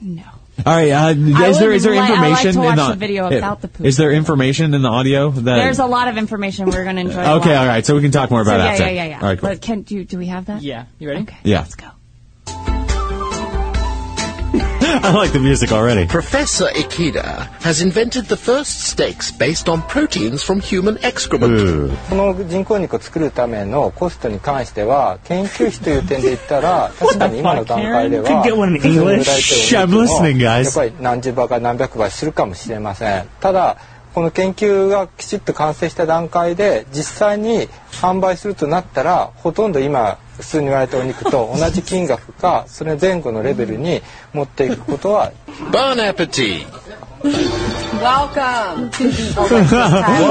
[SPEAKER 3] No.
[SPEAKER 1] All right, uh,
[SPEAKER 3] I
[SPEAKER 1] is there
[SPEAKER 3] would
[SPEAKER 1] is there
[SPEAKER 3] li- I like
[SPEAKER 1] information
[SPEAKER 3] to
[SPEAKER 1] in
[SPEAKER 3] watch
[SPEAKER 1] the,
[SPEAKER 3] the video
[SPEAKER 1] uh,
[SPEAKER 3] about the poop
[SPEAKER 1] Is there information in the audio that?
[SPEAKER 3] There's a lot of information we're going to enjoy. a
[SPEAKER 1] okay,
[SPEAKER 3] lot.
[SPEAKER 1] all right, so we can talk more
[SPEAKER 3] So,
[SPEAKER 1] about
[SPEAKER 3] yeah,
[SPEAKER 1] that.
[SPEAKER 3] yeah,
[SPEAKER 1] soon.
[SPEAKER 3] yeah, yeah.
[SPEAKER 1] All right, cool.
[SPEAKER 3] But can do? Do we have that?
[SPEAKER 2] Yeah, you ready?
[SPEAKER 3] Okay.
[SPEAKER 1] Yeah.
[SPEAKER 3] Let's go.
[SPEAKER 1] I like the music already.
[SPEAKER 7] Professor Ikeda has invented the first steaks based on proteins from human excrement.
[SPEAKER 8] この人工肉を作るためのコストに関しては研究費という点で言っ たら確かに今の段階では
[SPEAKER 4] Could get one in
[SPEAKER 1] I'm
[SPEAKER 4] English.
[SPEAKER 8] 普通の売られてるお肉の
[SPEAKER 1] listening, guys.
[SPEAKER 8] やっぱり何十倍か何百倍するかもしれませんただこの研究がきちっと完成した段階で実際に販売するとなったらほとんど今普通に言われたお肉と同じ金額かそれ前後のレベルに持っていくことは
[SPEAKER 7] Bon appetit!
[SPEAKER 9] Welcome to
[SPEAKER 1] Wait,
[SPEAKER 9] the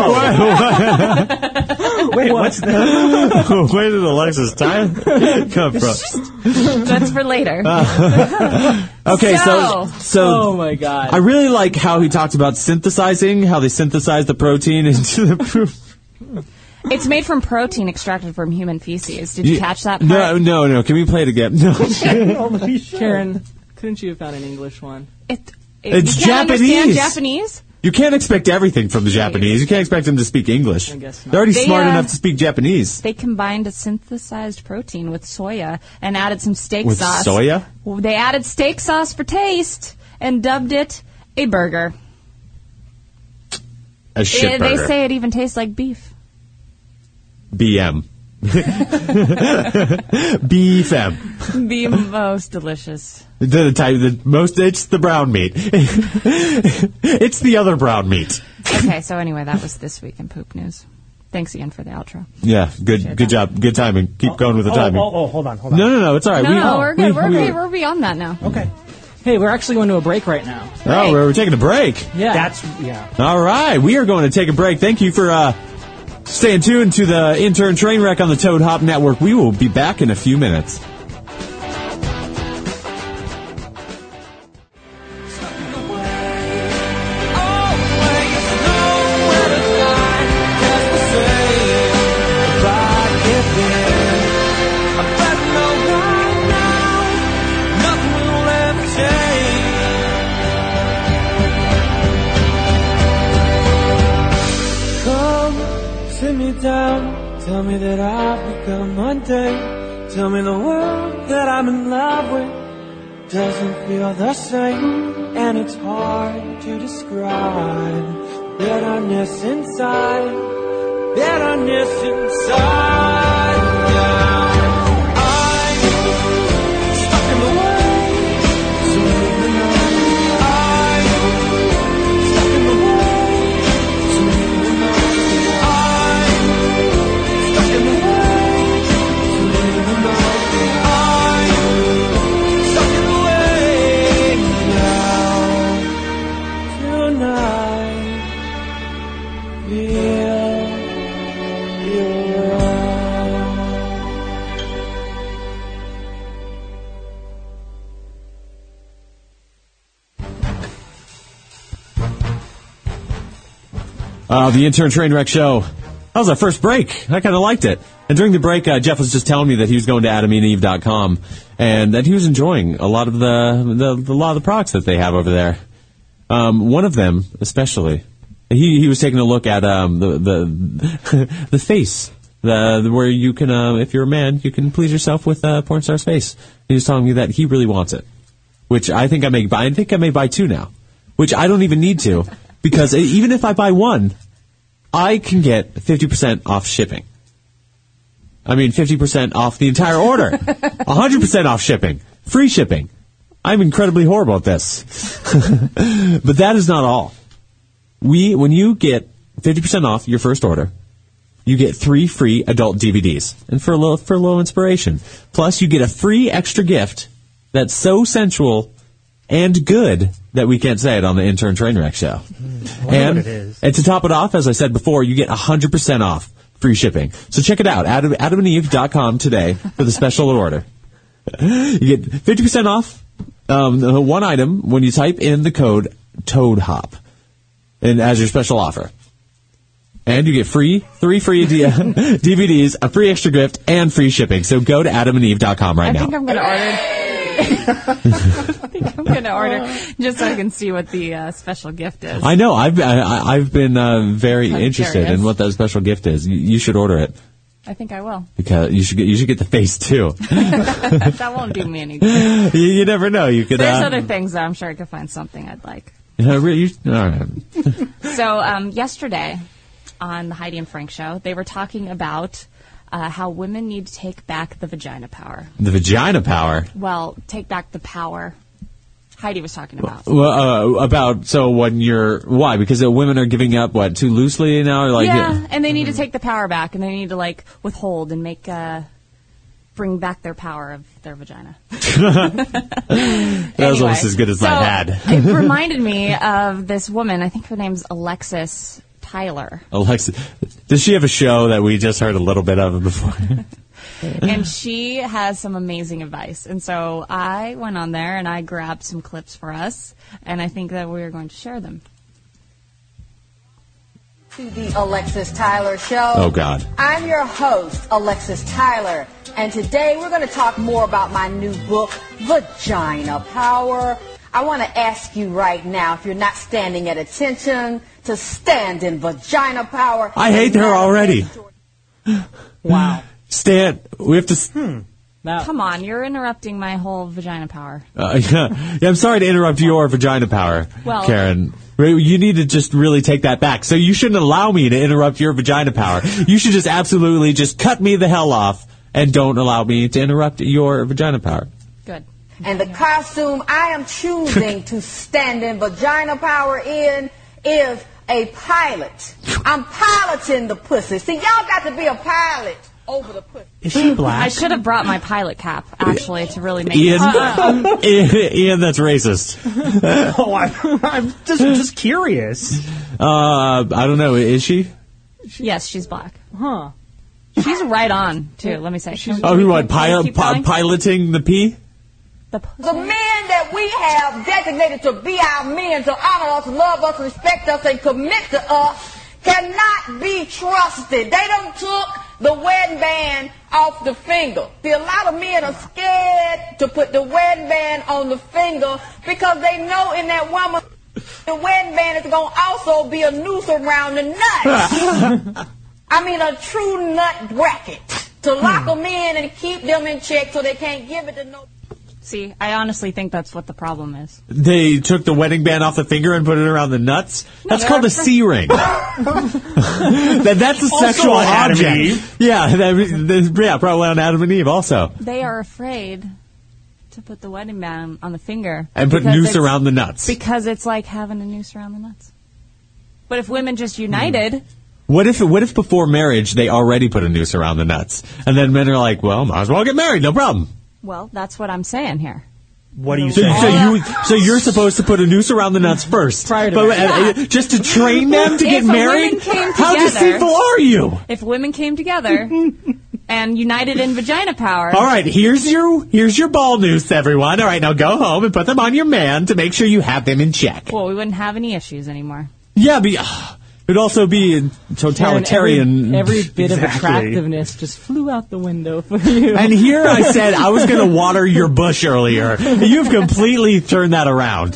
[SPEAKER 1] wait, what's that? Where did Alexa's time come from?
[SPEAKER 3] That's for later.
[SPEAKER 1] Uh. Okay, so
[SPEAKER 3] So-
[SPEAKER 2] Oh
[SPEAKER 1] so
[SPEAKER 2] my god.
[SPEAKER 1] I really like how he talked about synthesizing, how they synthesize the protein into the proof.
[SPEAKER 3] it's made from protein extracted from human feces. Did you catch that? Part?
[SPEAKER 1] No, no, no. Can we play it again? No.
[SPEAKER 2] Karen, couldn't you have found an English one?
[SPEAKER 3] It, it,
[SPEAKER 1] It's
[SPEAKER 3] you can't
[SPEAKER 1] Japanese.
[SPEAKER 3] Understand Japanese.
[SPEAKER 1] You can't expect everything from the Japanese. You can't expect them to speak English.
[SPEAKER 2] guess not.
[SPEAKER 1] They're already
[SPEAKER 3] They,
[SPEAKER 1] smart
[SPEAKER 3] uh,
[SPEAKER 1] enough to speak Japanese.
[SPEAKER 3] They combined a synthesized protein with soya and added some steak
[SPEAKER 1] With
[SPEAKER 3] sauce.
[SPEAKER 1] soya?
[SPEAKER 3] Well, They added steak sauce for taste and dubbed it a burger.
[SPEAKER 1] A shit
[SPEAKER 3] They- they
[SPEAKER 1] burger.
[SPEAKER 3] say it even tastes like beef.
[SPEAKER 1] BM. BFM.
[SPEAKER 3] The most delicious.
[SPEAKER 1] The type, the most, it's the brown meat. it's the other brown meat.
[SPEAKER 3] Okay, so anyway, that was this week in poop news. Thanks again for the outro.
[SPEAKER 1] Yeah, good, good job, good timing. Keep going with the timing.
[SPEAKER 4] Oh, oh, hold on, hold on.
[SPEAKER 1] No, no, no, it's all right.
[SPEAKER 3] No,
[SPEAKER 1] we,
[SPEAKER 3] no, we're
[SPEAKER 1] we-
[SPEAKER 3] good. We're
[SPEAKER 1] we-
[SPEAKER 3] okay. We're beyond that now.
[SPEAKER 4] Okay.
[SPEAKER 2] Hey, we're actually going to a break right now.
[SPEAKER 1] Oh, we're, we're taking a break.
[SPEAKER 2] Yeah.
[SPEAKER 4] That's yeah.
[SPEAKER 1] All right, we are going to take a break. Thank you for uh, staying tuned to the intern train wreck on the Toad Hop Network. We will be back in a few minutes.
[SPEAKER 10] Come, sit me down, tell me that I've become mundane. Tell me the world that I'm in love with doesn't feel the same, and it's hard to describe bitterness inside, bitterness inside. Now I'm stuck in the way, so leave me alone. I'm stuck in the way.
[SPEAKER 1] Uh, the intern train wreck show. That was our first break. I kind of liked it. And during the break, uh, Jeff was just telling me that he was going to E AdamandEve.com and that he was enjoying a lot of the, the, the a lot of the products that they have over there. Um, one of them, especially, he he was taking a look at um, the the the face, the, the- where you can, uh, if you're a man, you can please yourself with uh, porn star's face. He was telling me that he really wants it, which I think I may buy. I think I may buy two now, which I don't even need to because e, even if I buy one, I can get fifty percent off shipping. I mean, fifty percent off the entire order, hundred percent off shipping, free shipping. I'm incredibly horrible at this. But that is not all. We, when you get 50% off your first order, you get three free adult DVDs. And for a little, for a little inspiration. Plus, you get a free extra gift that's so sensual and good that we can't say it on the intern train wreck show. and,
[SPEAKER 4] what it is.
[SPEAKER 1] and to top it off, as I said before, you get 100% off free shipping. So check it out, adam, adamandeve.com today for the special order. You get 50% off um, the one item when you type in the code Toad Hop, and as your special offer. And you get free three free D- DVDs, a free extra gift, and free shipping. So go to adamandeve.com right
[SPEAKER 3] I
[SPEAKER 1] now.
[SPEAKER 3] think I'm gonna order. I think I'm gonna order just so I can see what the uh, special gift is.
[SPEAKER 1] I know. I've I, I- I've been uh, very
[SPEAKER 3] I'm
[SPEAKER 1] interested
[SPEAKER 3] curious.
[SPEAKER 1] in what that special gift is. You, you should order it.
[SPEAKER 3] I think I will.
[SPEAKER 1] Because you should get you should get the face too.
[SPEAKER 3] that won't do me any good.
[SPEAKER 1] you, you never know. You could.
[SPEAKER 3] There's
[SPEAKER 1] uh,
[SPEAKER 3] other things that I'm sure I could find something I'd like.
[SPEAKER 1] uh, re- you- all right.
[SPEAKER 3] So um, yesterday on the Heidi and Frank show, they were talking about uh, how women need to take back the vagina power.
[SPEAKER 1] The vagina power.
[SPEAKER 3] Well, take back the power. Heidi was talking about.
[SPEAKER 1] Well, uh, about so when you're why because uh, women are giving up what too loosely now. Like Mm-hmm.
[SPEAKER 3] yeah, and they need to take the power back, and they need to like withhold and make uh, bring back their power of their vagina.
[SPEAKER 1] that was almost as good as
[SPEAKER 3] so
[SPEAKER 1] mine had.
[SPEAKER 3] it reminded me of this woman. I think her name's Alexis Tyler,
[SPEAKER 1] Alexa, does she have a show that we just heard a little bit of before?
[SPEAKER 3] and she has some amazing advice. And so I went on there and I grabbed some clips for us, and I think that we are going to share them.
[SPEAKER 9] to the Alexis Tyler Show.
[SPEAKER 1] Oh, God.
[SPEAKER 9] I'm your host, Alexis Tyler, and today we're going to talk more about my new book, Vagina Power. I want to ask you right now, if you're not standing at attention, to stand in vagina power.
[SPEAKER 1] I hate her already.
[SPEAKER 2] Wow.
[SPEAKER 1] Stan, we have to. s-
[SPEAKER 3] Come on, you're interrupting my whole vagina power.
[SPEAKER 1] Uh, yeah. I'm sorry to interrupt your vagina power,
[SPEAKER 3] Well-
[SPEAKER 1] Karen. Re- You need to just really take that back. So you shouldn't allow me to interrupt your vagina power. You should just absolutely just cut me the hell off and don't allow me to interrupt your vagina power.
[SPEAKER 3] Good.
[SPEAKER 9] And the costume I am choosing to stand in vagina power in is a pilot. I'm piloting the pussy. See, y'all got to be a pilot over the pussy.
[SPEAKER 4] Is she
[SPEAKER 3] I
[SPEAKER 4] black?
[SPEAKER 3] should have brought my pilot cap actually to really make
[SPEAKER 1] Ian,
[SPEAKER 3] it. Uh-uh.
[SPEAKER 1] Ian, that's racist.
[SPEAKER 4] oh, I, I'm just just curious.
[SPEAKER 1] Uh, I don't know. Is she?
[SPEAKER 3] Yes, she's black.
[SPEAKER 2] Huh.
[SPEAKER 3] She's right on too. Let me say. She's
[SPEAKER 1] Oh, who what? Pi- pi- piloting the P?
[SPEAKER 3] the pussy.
[SPEAKER 9] The men that we have designated to be our men, to honor us, love us, respect us, and commit to us, cannot be trusted. They don't took the wedding band off the finger. See, a lot of men are scared to put the wedding band on the finger because they know in that woman the wedding band is going to also be a noose around the nut. I mean, a true nut bracket to lock them in and keep them in check so they can't give it to no.
[SPEAKER 3] See, I honestly think that's what the problem is.
[SPEAKER 1] They took the wedding band off the finger and put it around the nuts. That's called a C ring. that, that's a sexual
[SPEAKER 4] on Adam
[SPEAKER 1] object.
[SPEAKER 4] and Eve.
[SPEAKER 1] Yeah, that, that- yeah, probably on Adam and Eve also,
[SPEAKER 3] They are afraid to put the wedding band on the finger
[SPEAKER 1] and put
[SPEAKER 3] because
[SPEAKER 1] noose
[SPEAKER 3] it's-
[SPEAKER 1] around the nuts.
[SPEAKER 3] because it's like having a noose around the nuts. But if women just united,
[SPEAKER 1] What if what if before marriage they already put a noose around the nuts, and then men are like, well, might as well get married, no problem.
[SPEAKER 3] well, that's what I'm saying here.
[SPEAKER 4] What do you
[SPEAKER 1] So,
[SPEAKER 4] say?
[SPEAKER 1] so you so you're supposed to put a noose around the nuts first,
[SPEAKER 2] Prior to
[SPEAKER 1] but, uh, uh, just to train them to
[SPEAKER 3] If
[SPEAKER 1] get
[SPEAKER 3] women
[SPEAKER 1] married.
[SPEAKER 3] came
[SPEAKER 1] How
[SPEAKER 3] together-
[SPEAKER 1] deceitful are you?
[SPEAKER 3] If women came together and united in vagina power,
[SPEAKER 1] All right, here's your here's your ball noose, everyone. All right, now go home and put them on your man to make sure you have them in check.
[SPEAKER 3] well, we wouldn't have any issues anymore.
[SPEAKER 1] Yeah, but uh, it'd also be a totalitarian.
[SPEAKER 2] Karen, every, every bit of
[SPEAKER 4] Exactly.
[SPEAKER 2] attractiveness just flew out the window for you.
[SPEAKER 1] and here I said I was going to water your bush earlier. You've completely turned that around.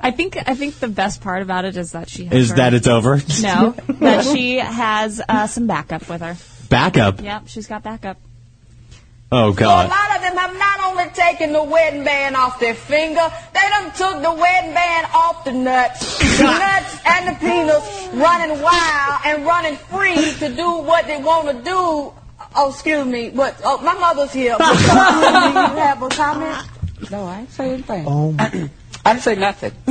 [SPEAKER 3] I think I think the best part about it is that she has
[SPEAKER 1] Is
[SPEAKER 3] her-
[SPEAKER 1] that it's over?
[SPEAKER 3] no that she has uh, some backup with her.
[SPEAKER 1] Backup.
[SPEAKER 3] Yep, she's got backup.
[SPEAKER 1] Oh
[SPEAKER 9] So a
[SPEAKER 1] God.
[SPEAKER 9] lot of them have not only taken the wedding band off their finger, they done took the wedding band off the nuts. The nuts and the penis running wild and running free to do what they want to do. Oh, excuse me, but oh, my mother's here. Do you have a comment?
[SPEAKER 11] No, I ain't say anything.
[SPEAKER 4] Oh my.
[SPEAKER 11] I didn't say nothing.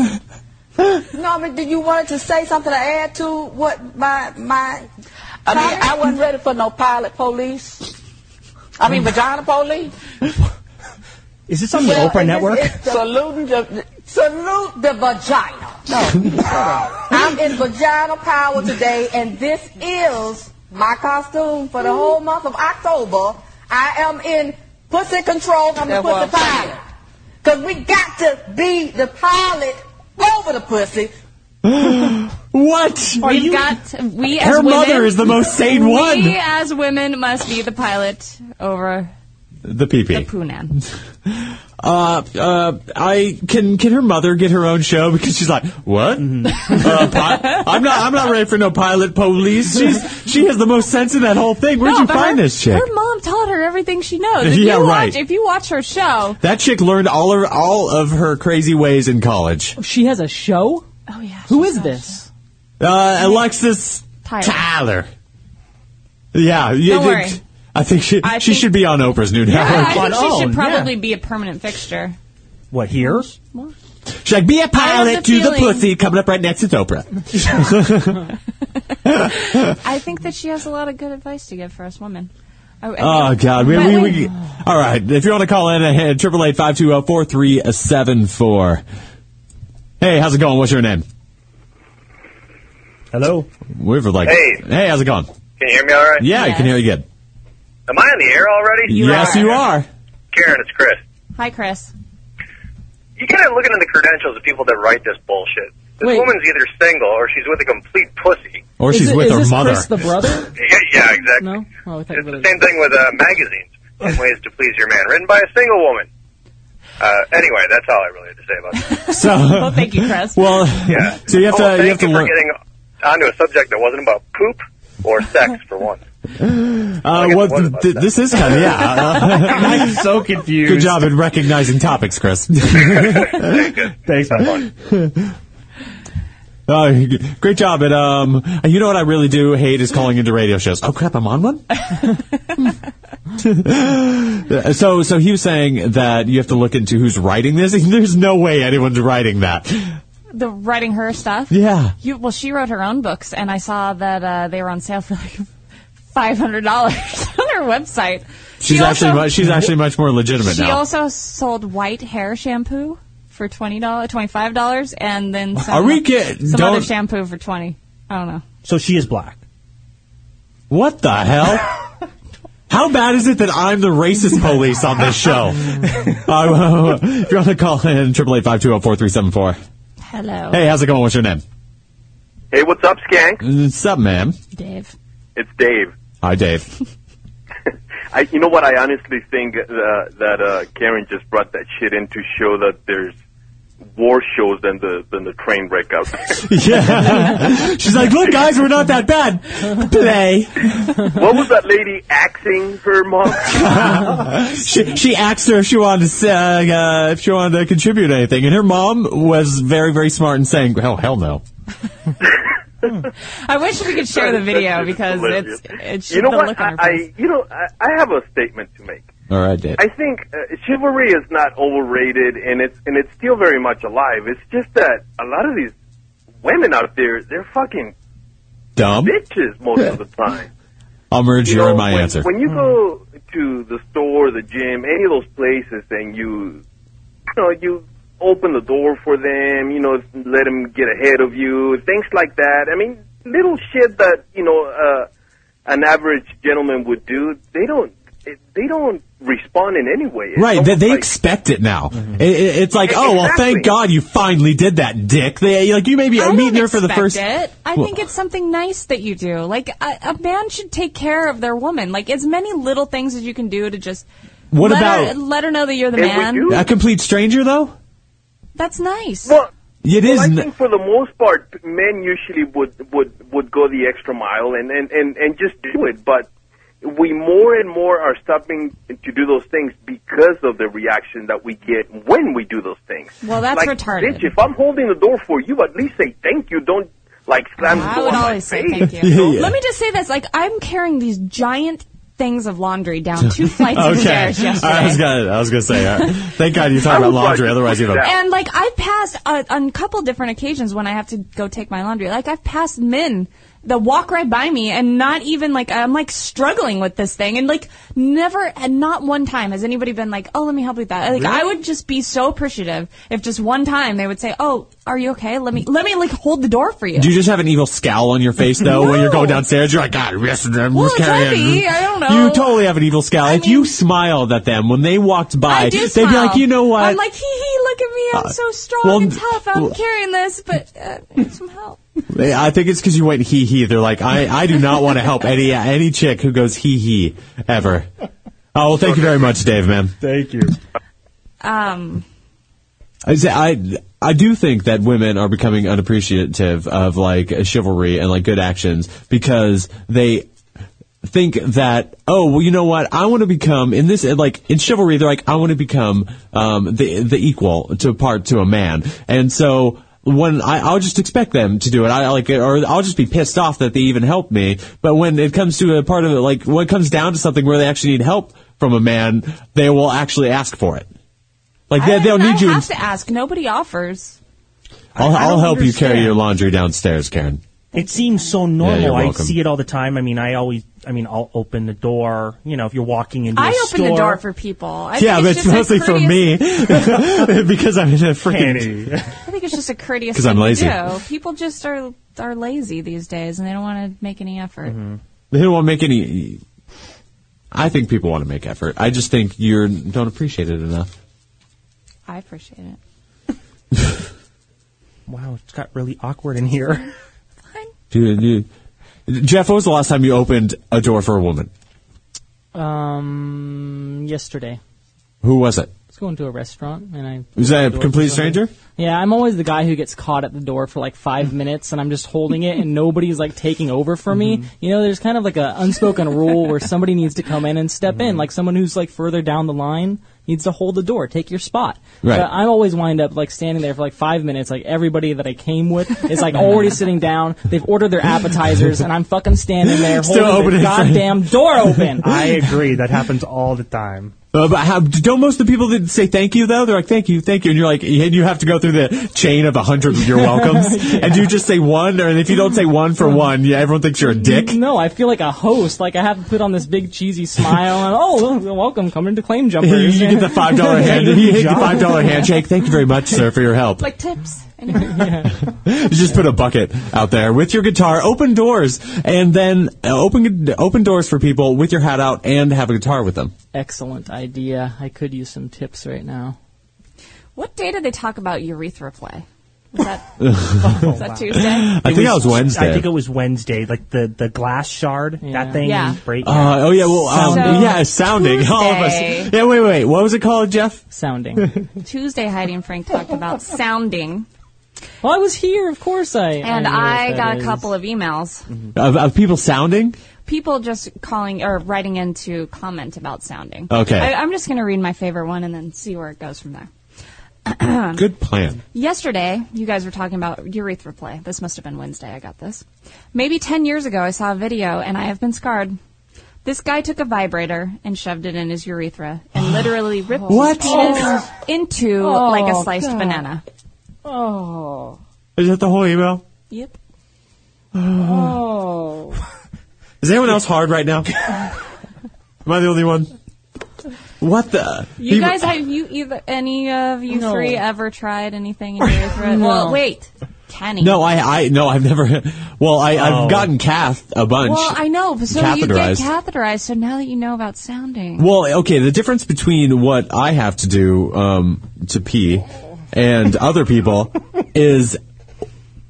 [SPEAKER 9] No, I mean, did you want to say something to add to what my my?
[SPEAKER 11] I mean, I wasn't ready for no pilot police. I
[SPEAKER 4] Mm.
[SPEAKER 11] mean, vagina police.
[SPEAKER 4] Is this on the
[SPEAKER 9] Well,
[SPEAKER 4] Oprah
[SPEAKER 9] and this
[SPEAKER 4] Network?
[SPEAKER 9] is the-
[SPEAKER 11] Saluting the.
[SPEAKER 9] Salute the vagina. I'm in vagina power today, and this is my costume for the whole month of October. I am in pussy control. I'm the
[SPEAKER 11] That
[SPEAKER 9] pussy
[SPEAKER 11] was-
[SPEAKER 9] pilot. Because we got to be the pilot over the pussy.
[SPEAKER 1] What?
[SPEAKER 3] We've got we as
[SPEAKER 1] Her
[SPEAKER 3] women,
[SPEAKER 1] mother is the most sane
[SPEAKER 3] We
[SPEAKER 1] one.
[SPEAKER 3] as women must be the pilot over
[SPEAKER 1] The pee-pee.
[SPEAKER 3] The Poonan.
[SPEAKER 1] Uh, uh, I can can her mother get her own show because she's like, what? Uh, pi- I'm not I'm not ready for no pilot police. She's she has the most sense in that whole thing. Where'd
[SPEAKER 3] No,
[SPEAKER 1] you
[SPEAKER 3] but
[SPEAKER 1] find
[SPEAKER 3] her,
[SPEAKER 1] this chick?
[SPEAKER 3] Her mom taught her everything she knows. If
[SPEAKER 1] Yeah,
[SPEAKER 3] you
[SPEAKER 1] right.
[SPEAKER 3] Watch, if you watch her show,
[SPEAKER 1] that chick learned all of all of her crazy ways in college.
[SPEAKER 2] She has a show? Oh, yeah. Who is this?
[SPEAKER 1] Uh, Alexis
[SPEAKER 3] Tyler.
[SPEAKER 1] Yeah, you
[SPEAKER 3] Don't
[SPEAKER 1] think-
[SPEAKER 3] worry.
[SPEAKER 1] I think she
[SPEAKER 3] I
[SPEAKER 1] she
[SPEAKER 3] think-
[SPEAKER 1] should be on Oprah's new
[SPEAKER 3] Yeah,
[SPEAKER 1] network.
[SPEAKER 3] I think she should probably be a permanent fixture.
[SPEAKER 1] What here? She's like, be a
[SPEAKER 3] I
[SPEAKER 1] pilot
[SPEAKER 3] have the
[SPEAKER 1] to the
[SPEAKER 3] feeling-
[SPEAKER 1] pussy. Coming up right next is Oprah.
[SPEAKER 3] I think that she has a lot of good advice to give for us women. I- I
[SPEAKER 1] Oh
[SPEAKER 3] think-
[SPEAKER 1] God! We,
[SPEAKER 3] But
[SPEAKER 1] we, we, all right. If you want to call in, uh, triple eight five two zero four three seven four. Hey, how's it going? What's your name? Hello. We're for like.
[SPEAKER 12] Hey.
[SPEAKER 1] Hey, how's it going?
[SPEAKER 12] Can you hear me all right?
[SPEAKER 1] Yeah, I can hear you good.
[SPEAKER 12] Am I on the air already?
[SPEAKER 1] yes, you are.
[SPEAKER 12] Karen, it's Chris.
[SPEAKER 3] Hi, Chris.
[SPEAKER 12] You kind of looking at the credentials of people that write this bullshit. This woman's either single or she's with a complete pussy.
[SPEAKER 1] Or she's with her mother.
[SPEAKER 2] brother?
[SPEAKER 12] Yeah, yeah exactly.
[SPEAKER 2] No? Oh, I thought
[SPEAKER 12] It's the same thing with uh, magazines. Ten ways to please your man, written by a single woman. Uh, anyway, that's all I really had to say about that.
[SPEAKER 1] So, well,
[SPEAKER 3] thank you, Chris.
[SPEAKER 1] Well,
[SPEAKER 12] Yeah.
[SPEAKER 1] So you have
[SPEAKER 12] Oh,
[SPEAKER 1] to
[SPEAKER 12] thank
[SPEAKER 1] you have to
[SPEAKER 12] for
[SPEAKER 1] learn.
[SPEAKER 12] getting onto a subject that wasn't about poop or sex for one.
[SPEAKER 1] Uh, well, th- th- this is kind of yeah. I'm so confused. Good job in recognizing topics, Chris. Thanks, my Uh, g- great job, and um, you know what I really do hate is calling into radio shows. Oh crap, I'm on one. Uh, so, so he was saying that you have to look into who's writing this. There's no way anyone's writing that.
[SPEAKER 3] The writing her stuff.
[SPEAKER 1] Yeah.
[SPEAKER 3] You well, she wrote her own books, and I saw that uh, they were on sale for like five hundred dollars on her website.
[SPEAKER 1] She's
[SPEAKER 3] She
[SPEAKER 1] actually
[SPEAKER 3] also-
[SPEAKER 1] mu- she's actually much more legitimate
[SPEAKER 3] She
[SPEAKER 1] now.
[SPEAKER 3] also sold white hair shampoo for twenty dollars, twenty five dollars, and then some,
[SPEAKER 4] Are we get-
[SPEAKER 3] some
[SPEAKER 4] don't-
[SPEAKER 3] other shampoo for twenty. I don't know.
[SPEAKER 4] So she is black.
[SPEAKER 1] What the hell? How bad is it that I'm the racist police on this show? Uh, if you want to call in, 888-520-4374.
[SPEAKER 3] Hello.
[SPEAKER 1] Hey, how's it going? What's your name?
[SPEAKER 13] Hey, what's up, Skank?
[SPEAKER 1] What's up, ma'am?
[SPEAKER 3] Dave.
[SPEAKER 13] It's Dave.
[SPEAKER 1] Hi, Dave.
[SPEAKER 13] I, you know what? I honestly think uh, that uh, Karen just brought that shit in to show that there's more shows than the than the train wreck out there.
[SPEAKER 1] Yeah. She's like, look, guys, we're not that bad. Play.
[SPEAKER 13] what was that lady axing her mom?
[SPEAKER 1] she she asked her if she wanted to say, uh, if she wanted to contribute anything, and her mom was very very smart in saying, "Hell, hell no."
[SPEAKER 3] I wish we could share the video because
[SPEAKER 13] Hilarious.
[SPEAKER 3] it's it's
[SPEAKER 13] you know
[SPEAKER 3] the
[SPEAKER 13] what?
[SPEAKER 3] look
[SPEAKER 13] I,
[SPEAKER 3] on her face.
[SPEAKER 13] I you know I, I have a statement to make.
[SPEAKER 1] All right, Dave.
[SPEAKER 13] I think uh, chivalry is not overrated, and it's and it's still very much alive. It's just that a lot of these women out there, they're fucking
[SPEAKER 1] Dumb.
[SPEAKER 13] bitches most of the time.
[SPEAKER 1] I'll merge
[SPEAKER 13] You
[SPEAKER 1] your
[SPEAKER 13] know,
[SPEAKER 1] and my
[SPEAKER 13] when,
[SPEAKER 1] answer.
[SPEAKER 13] When you go to the store, the gym, any of those places, and you, you know, you open the door for them, you know, let them get ahead of you, things like that. I mean, little shit that you know uh, an average gentleman would do. They don't. They don't respond in any way. It's
[SPEAKER 1] Right, they,
[SPEAKER 13] almost
[SPEAKER 1] they
[SPEAKER 13] like-
[SPEAKER 1] expect it now. It, it- it's like,
[SPEAKER 13] E-
[SPEAKER 1] oh well,
[SPEAKER 13] exactly.
[SPEAKER 1] thank God you finally did that, Dick. They like you maybe
[SPEAKER 3] I
[SPEAKER 1] are
[SPEAKER 3] don't
[SPEAKER 1] meeting her for the
[SPEAKER 3] expect
[SPEAKER 1] first.
[SPEAKER 3] It. I
[SPEAKER 1] Well,
[SPEAKER 3] think it's something nice that you do. Like a, a man should take care of their woman. Like as many little things as you can do to just
[SPEAKER 1] What
[SPEAKER 3] let
[SPEAKER 1] about-
[SPEAKER 3] her, let her know that you're the man.
[SPEAKER 1] a complete stranger though.
[SPEAKER 3] That's nice.
[SPEAKER 1] It
[SPEAKER 13] well,
[SPEAKER 1] is
[SPEAKER 13] I
[SPEAKER 1] n-
[SPEAKER 13] think for the most part, men usually would would would go the extra mile and and and and just do it. But we more and more are stopping to do those things because of the reaction that we get when we do those things.
[SPEAKER 3] Well, that's
[SPEAKER 13] Like,
[SPEAKER 3] retarded.
[SPEAKER 13] Bitch, if I'm holding the door for you, at least say thank you. Don't like slam the
[SPEAKER 3] I
[SPEAKER 13] door
[SPEAKER 3] would
[SPEAKER 13] on my
[SPEAKER 3] always say
[SPEAKER 13] face.
[SPEAKER 3] thank you. Let me just say this: like I'm carrying these giant things of laundry down two flights of
[SPEAKER 1] okay,
[SPEAKER 3] stairs yesterday.
[SPEAKER 1] I was gonna, I was gonna say. uh, thank God you talked about laundry, otherwise you'd have.
[SPEAKER 3] And like I've passed uh, on a couple different occasions when I have to go take my laundry. Like I've passed men that walk right by me and not even like I'm like struggling with this thing and like never and not one time has anybody been like, "Oh, let me help you with that." Like
[SPEAKER 14] Really?
[SPEAKER 3] I would just be so appreciative if just one time they would say, "Oh, are you okay? Let me let me like hold the door for you."
[SPEAKER 1] Do you just have an evil scowl on your face though when you're going downstairs? You're like, God, yes, I'm
[SPEAKER 3] Well,
[SPEAKER 1] just
[SPEAKER 3] it could
[SPEAKER 1] carrying.
[SPEAKER 3] be. I don't know.
[SPEAKER 1] You totally have an evil scowl. if you smiled at them when they walked by,
[SPEAKER 3] I do
[SPEAKER 1] they'd
[SPEAKER 3] smile.
[SPEAKER 1] be like, you know what?
[SPEAKER 3] I'm like, hee hee, look at me, I'm
[SPEAKER 1] Uh,
[SPEAKER 3] so strong
[SPEAKER 1] well,
[SPEAKER 3] and tough. I'm
[SPEAKER 1] well-
[SPEAKER 3] carrying this, but uh, I need some help.
[SPEAKER 1] I think it's because you went hee hee. They're like, I, I do not want to help any any chick who goes hee hee ever. Oh, well, thank you very much, Dave, man.
[SPEAKER 14] Thank you.
[SPEAKER 3] Um,
[SPEAKER 1] I say, I I do think that women are becoming unappreciative of like chivalry and like good actions because they think that oh well you know what I want to become in this like in chivalry they're like I want to become um, the the equal to part to a man and so when I, I'll just expect them to do it I like or I'll just be pissed off that they even helped me but when it comes to a part of it like when it comes down to something where they actually need help from a man they will actually ask for it like they,
[SPEAKER 3] I
[SPEAKER 1] they'll
[SPEAKER 3] don't
[SPEAKER 1] need you
[SPEAKER 3] have to ask. Nobody offers.
[SPEAKER 1] I'll,
[SPEAKER 4] I
[SPEAKER 1] I'll
[SPEAKER 4] don't
[SPEAKER 1] help you carry
[SPEAKER 4] understand.
[SPEAKER 1] your laundry downstairs, Karen.
[SPEAKER 4] It seems so
[SPEAKER 1] Yeah,
[SPEAKER 4] normal.
[SPEAKER 1] you're
[SPEAKER 4] I
[SPEAKER 1] welcome.
[SPEAKER 4] see it all the time. I mean, I always, I mean, I'll open the door. You know, if you're walking into a
[SPEAKER 3] I open
[SPEAKER 4] store.
[SPEAKER 3] the door for people. I
[SPEAKER 1] yeah,
[SPEAKER 3] think
[SPEAKER 1] but
[SPEAKER 3] it's
[SPEAKER 1] it's
[SPEAKER 3] just a
[SPEAKER 1] mostly for
[SPEAKER 3] courteous-
[SPEAKER 1] me because I'm in a freaking.
[SPEAKER 3] I think it's just a courteous
[SPEAKER 1] 'Cause
[SPEAKER 3] thing
[SPEAKER 1] I'm lazy.
[SPEAKER 3] to do. People just are are lazy these days, and they don't want to make any effort.
[SPEAKER 1] Mm-hmm. They don't want to make any. I think people want to make effort. I just think you don't appreciate it enough.
[SPEAKER 3] I appreciate it.
[SPEAKER 4] Wow, it's got really awkward in here.
[SPEAKER 1] Dude, you- Jeff, when was the last time you opened a door for a woman?
[SPEAKER 2] Um, yesterday.
[SPEAKER 1] Who was it?
[SPEAKER 2] I was going to a restaurant and I
[SPEAKER 1] Was that a
[SPEAKER 2] opened the door
[SPEAKER 1] complete
[SPEAKER 2] for somebody.
[SPEAKER 1] stranger?
[SPEAKER 2] Yeah, I'm always the guy who gets caught at the door for like five minutes, and I'm just holding it, and nobody's like taking over for me. You know, there's kind of like an unspoken rule where somebody needs to come in and step in, like someone who's like further down the line needs to hold the door, take your spot.
[SPEAKER 15] Right.
[SPEAKER 2] But I always wind up like standing there for like five minutes. Like everybody that I came with is like already sitting down. They've ordered their appetizers, and I'm fucking standing there
[SPEAKER 4] Still
[SPEAKER 2] holding the
[SPEAKER 4] opening for-
[SPEAKER 2] goddamn door open.
[SPEAKER 4] I agree. That happens all the time.
[SPEAKER 1] Uh, but how, don't most of the people that say thank you though? They're like thank you, thank you, and you're like, and you have to go through the chain of a hundred you're welcomes, and you just say one, and if you don't say one for one, yeah, everyone thinks you're a dick.
[SPEAKER 2] No, I feel like a host. Like I have to put on this big cheesy smile and oh, well, welcome, come into claim jumpers.
[SPEAKER 1] you get the five dollar hand. You get the five dollar handshake. Thank you very much, sir, for your help.
[SPEAKER 3] Like tips.
[SPEAKER 1] You just put a bucket out there with your guitar. Open doors, and then uh, open open doors for people with your hat out and have a guitar with them.
[SPEAKER 2] Excellent idea. I could use some tips right now.
[SPEAKER 3] What day did they talk about urethra play? Was that
[SPEAKER 1] Is
[SPEAKER 3] that Tuesday? I
[SPEAKER 1] think that was Wednesday.
[SPEAKER 4] I think it was Wednesday. Like the, the glass shard, that thing
[SPEAKER 3] Yeah.
[SPEAKER 4] you break.
[SPEAKER 1] Uh, oh yeah, well, um,
[SPEAKER 4] Sounding.
[SPEAKER 1] yeah, sounding. All of us.
[SPEAKER 3] Tuesday.
[SPEAKER 1] Yeah, wait, wait. What was it called, Jeff?
[SPEAKER 2] Sounding.
[SPEAKER 3] Tuesday? Heidi and Frank talked about sounding,
[SPEAKER 2] Well, I was here, of course. I
[SPEAKER 3] and
[SPEAKER 2] I, knew what
[SPEAKER 3] I,
[SPEAKER 2] that
[SPEAKER 3] got
[SPEAKER 2] is.
[SPEAKER 3] a couple of emails.
[SPEAKER 1] of, of people sounding.
[SPEAKER 3] People just calling or writing in to comment about sounding.
[SPEAKER 1] Okay.
[SPEAKER 3] I, I'm just going to read my favorite one and then see where it goes from there.
[SPEAKER 1] Good plan.
[SPEAKER 3] Yesterday, you guys were talking about urethra play. This must have been Wednesday I got this. Maybe 10 years ago, I saw a video and I have been scarred. This guy took a vibrator and shoved it in his urethra and literally ripped
[SPEAKER 1] What?
[SPEAKER 3] his penis
[SPEAKER 1] Oh.
[SPEAKER 3] into
[SPEAKER 15] Oh,
[SPEAKER 3] like a sliced
[SPEAKER 15] God.
[SPEAKER 3] banana.
[SPEAKER 15] Oh.
[SPEAKER 1] Is that the whole email?
[SPEAKER 3] Yep.
[SPEAKER 15] Oh.
[SPEAKER 1] Is anyone else hard right now? Am I the only one? What the?
[SPEAKER 3] You
[SPEAKER 1] He-
[SPEAKER 3] guys, have you either any of you
[SPEAKER 15] No.
[SPEAKER 3] three ever tried anything in your urethra?
[SPEAKER 15] No.
[SPEAKER 3] Well, wait, Kenny.
[SPEAKER 1] No, I, I, no, I've never. Well, I,
[SPEAKER 4] Oh.
[SPEAKER 1] I've gotten cath a bunch.
[SPEAKER 3] Well, I know, but so you get
[SPEAKER 1] Catheterized.
[SPEAKER 3] catheterized. So now that you know about sounding,
[SPEAKER 1] Well, okay. The difference between what I have to do um, to pee and other people is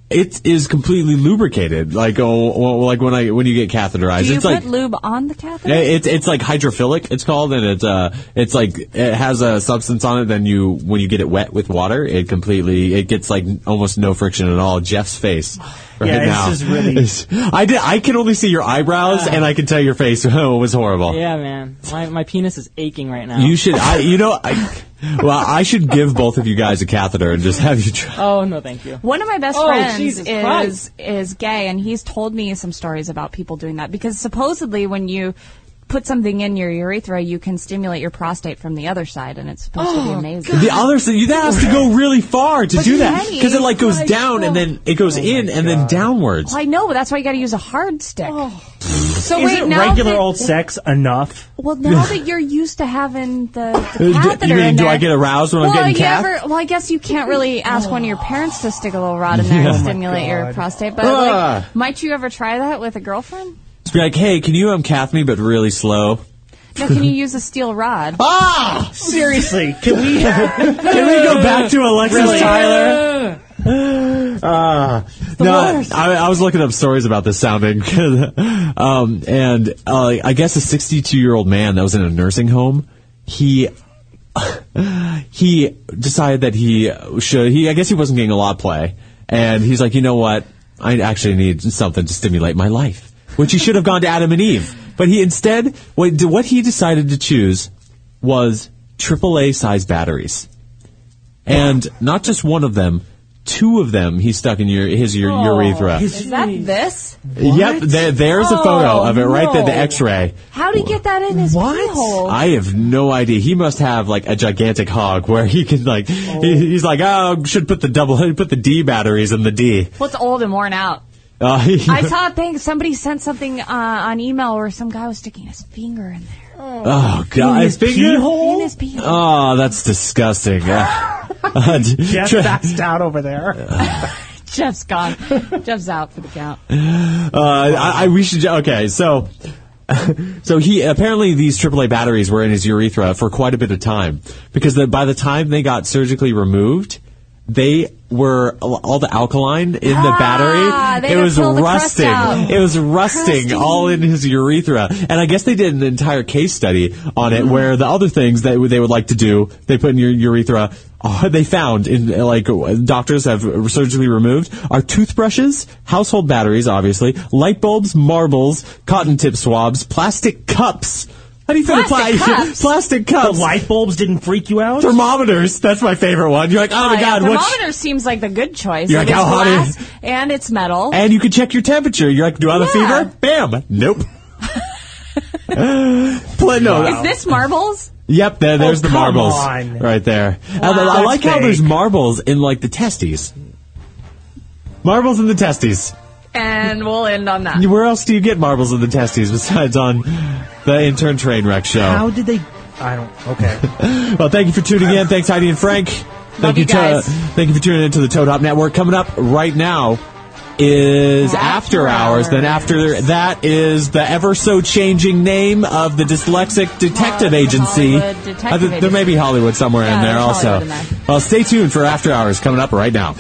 [SPEAKER 1] it is completely lubricated. Like oh, well, like when I when you get catheterized,
[SPEAKER 3] do you
[SPEAKER 1] it's
[SPEAKER 3] put
[SPEAKER 1] like
[SPEAKER 3] lube on the catheter?
[SPEAKER 1] Yeah, It's it's like hydrophilic. It's called, and it's uh, it's like it has a substance on it. Then you when you get it wet with water, it completely it gets like almost no friction at all. Jeff's face right
[SPEAKER 4] Yeah, this
[SPEAKER 1] now.
[SPEAKER 4] is really-
[SPEAKER 1] is- I did. I can only see your eyebrows, and I can tell your face was horrible.
[SPEAKER 2] Yeah, man. My, my penis is aching right now.
[SPEAKER 1] You should. I you know. I, well, I should give both of you guys a catheter and just have you try.
[SPEAKER 2] Oh no, thank you.
[SPEAKER 3] One of my best
[SPEAKER 2] Oh,
[SPEAKER 3] friends
[SPEAKER 2] Jesus
[SPEAKER 3] is
[SPEAKER 2] Christ.
[SPEAKER 3] is gay, and he's told me some stories about people doing that because supposedly when you put something in your urethra, you can stimulate your prostate from the other side, and it's supposed to be
[SPEAKER 2] Oh,
[SPEAKER 3] amazing.
[SPEAKER 1] The other side, that has to go really far to
[SPEAKER 3] But
[SPEAKER 1] do that
[SPEAKER 3] Kenny-
[SPEAKER 1] because it like oh goes
[SPEAKER 3] Christ,
[SPEAKER 1] down and then it goes in and then downwards.
[SPEAKER 3] Well, I know, but that's why you got to use a hard stick.
[SPEAKER 2] Oh.
[SPEAKER 3] So
[SPEAKER 4] Is
[SPEAKER 3] wait,
[SPEAKER 4] it
[SPEAKER 3] now
[SPEAKER 4] regular
[SPEAKER 3] that,
[SPEAKER 4] old sex enough?
[SPEAKER 3] Well, now that you're used to having the, the
[SPEAKER 4] Uh, d-
[SPEAKER 3] catheter
[SPEAKER 4] you mean,
[SPEAKER 3] in
[SPEAKER 4] do I
[SPEAKER 3] there-
[SPEAKER 4] get aroused when I'm
[SPEAKER 3] well,
[SPEAKER 4] getting
[SPEAKER 3] you
[SPEAKER 4] cath?
[SPEAKER 3] ever- well, I guess you can't really ask one of your parents to stick a little rod in there
[SPEAKER 1] Yeah.
[SPEAKER 3] and
[SPEAKER 1] Oh, my
[SPEAKER 3] stimulate your
[SPEAKER 1] God.
[SPEAKER 3] prostate. But
[SPEAKER 1] Ah.
[SPEAKER 3] like, might you ever try that with a girlfriend?
[SPEAKER 1] Just be like, hey, can you um cath me but really slow?
[SPEAKER 3] No, can you use a steel
[SPEAKER 4] Oh,
[SPEAKER 3] rod?
[SPEAKER 1] Ah!
[SPEAKER 4] Seriously, can we have,
[SPEAKER 1] Can we go back to Alexis
[SPEAKER 4] Really?
[SPEAKER 1] Tyler? Ah,
[SPEAKER 2] the
[SPEAKER 1] no,
[SPEAKER 2] worst.
[SPEAKER 1] I, I was looking up stories about this sounding, 'cause, um, and uh, I guess a 62 year old man that was in a nursing home, he he decided that he should. He I guess he wasn't getting a lot of play, and he's like, you know what? I actually need something to stimulate my life, which he should have gone to Adam and Eve. But he instead, what, what he decided to choose was AAA size batteries and not just one of them, two of them he stuck in your, his your
[SPEAKER 3] Oh,
[SPEAKER 1] urethra.
[SPEAKER 3] Is that this?
[SPEAKER 1] Yep, there, there's a photo
[SPEAKER 3] Oh,
[SPEAKER 1] of it right there, the
[SPEAKER 3] no.
[SPEAKER 1] X-ray.
[SPEAKER 3] How did he get that in his pee hole?
[SPEAKER 1] I have no idea. He must have like a gigantic hog where he can like he, he's like oh should put the double put the D batteries in the D.
[SPEAKER 3] What's old and worn out?
[SPEAKER 1] Uh, he-
[SPEAKER 3] I saw a thing. Somebody sent something uh, on email where some guy was sticking his finger in there.
[SPEAKER 1] Oh god,
[SPEAKER 3] his
[SPEAKER 1] finger-
[SPEAKER 3] pee hole? In his pee
[SPEAKER 1] Oh, that's disgusting. Uh, uh,
[SPEAKER 4] Jeff
[SPEAKER 1] Tre-
[SPEAKER 4] backs down over there.
[SPEAKER 3] Jeff's gone. Jeff's out for the count.
[SPEAKER 1] Uh, I, I we should okay. So, so he apparently these AAA batteries were in his urethra for quite a bit of time because the, by the time they got surgically removed, they were all the alkaline in the
[SPEAKER 14] Ah, they
[SPEAKER 1] battery. It
[SPEAKER 14] done
[SPEAKER 1] was
[SPEAKER 14] pulled the crust
[SPEAKER 1] rusting.
[SPEAKER 14] out.
[SPEAKER 1] It was rusting
[SPEAKER 14] Crusty.
[SPEAKER 1] all in his urethra, and I guess they did an entire case study on
[SPEAKER 4] Mm-hmm.
[SPEAKER 1] it where the other things that they would like to do they put in your urethra. uh, They found in like doctors have surgically removed are toothbrushes, household batteries, obviously, light bulbs, marbles, cotton tip swabs, plastic cups. How do you feel
[SPEAKER 4] Plastic
[SPEAKER 1] pla-
[SPEAKER 4] cups?
[SPEAKER 1] plastic cups?
[SPEAKER 4] The light bulbs didn't freak you out?
[SPEAKER 1] Thermometers. That's my favorite one. You're like, oh, my
[SPEAKER 3] yeah,
[SPEAKER 1] god, what's
[SPEAKER 3] thermometer seems like the good choice.
[SPEAKER 1] You're
[SPEAKER 3] It
[SPEAKER 1] like,
[SPEAKER 3] is
[SPEAKER 1] how hot
[SPEAKER 3] glass and it's metal.
[SPEAKER 1] and you can check your temperature. You're like, do I have
[SPEAKER 3] Yeah.
[SPEAKER 1] a fever? Bam. Nope. Pla- no.
[SPEAKER 3] Is this marbles?
[SPEAKER 1] Yep, there, there's the
[SPEAKER 3] Oh, come
[SPEAKER 1] marbles
[SPEAKER 3] on.
[SPEAKER 1] right there. And
[SPEAKER 3] Wow.
[SPEAKER 1] I, I like
[SPEAKER 3] That's
[SPEAKER 1] how
[SPEAKER 3] fake.
[SPEAKER 1] there's marbles in like the testes. Marbles in the testes.
[SPEAKER 3] And we'll end on that.
[SPEAKER 1] Where else do you get marbles in the testes besides on the intern train wreck show?
[SPEAKER 4] How did they? I don't. Okay.
[SPEAKER 1] well, thank you for tuning in. Thanks, Heidi and Frank. Thank
[SPEAKER 4] Love you
[SPEAKER 1] to-
[SPEAKER 4] guys.
[SPEAKER 1] thank you for tuning in to the Toad Hop Network. Coming up right now is After Hours. Then after that is the ever so changing name of the Dyslexic Detective Agency.
[SPEAKER 14] Hollywood Detective
[SPEAKER 1] I think there may be Hollywood somewhere
[SPEAKER 14] Yeah,
[SPEAKER 1] in there
[SPEAKER 14] there's
[SPEAKER 1] also.
[SPEAKER 14] Hollywood in
[SPEAKER 1] Well, stay tuned for After Hours coming up right now.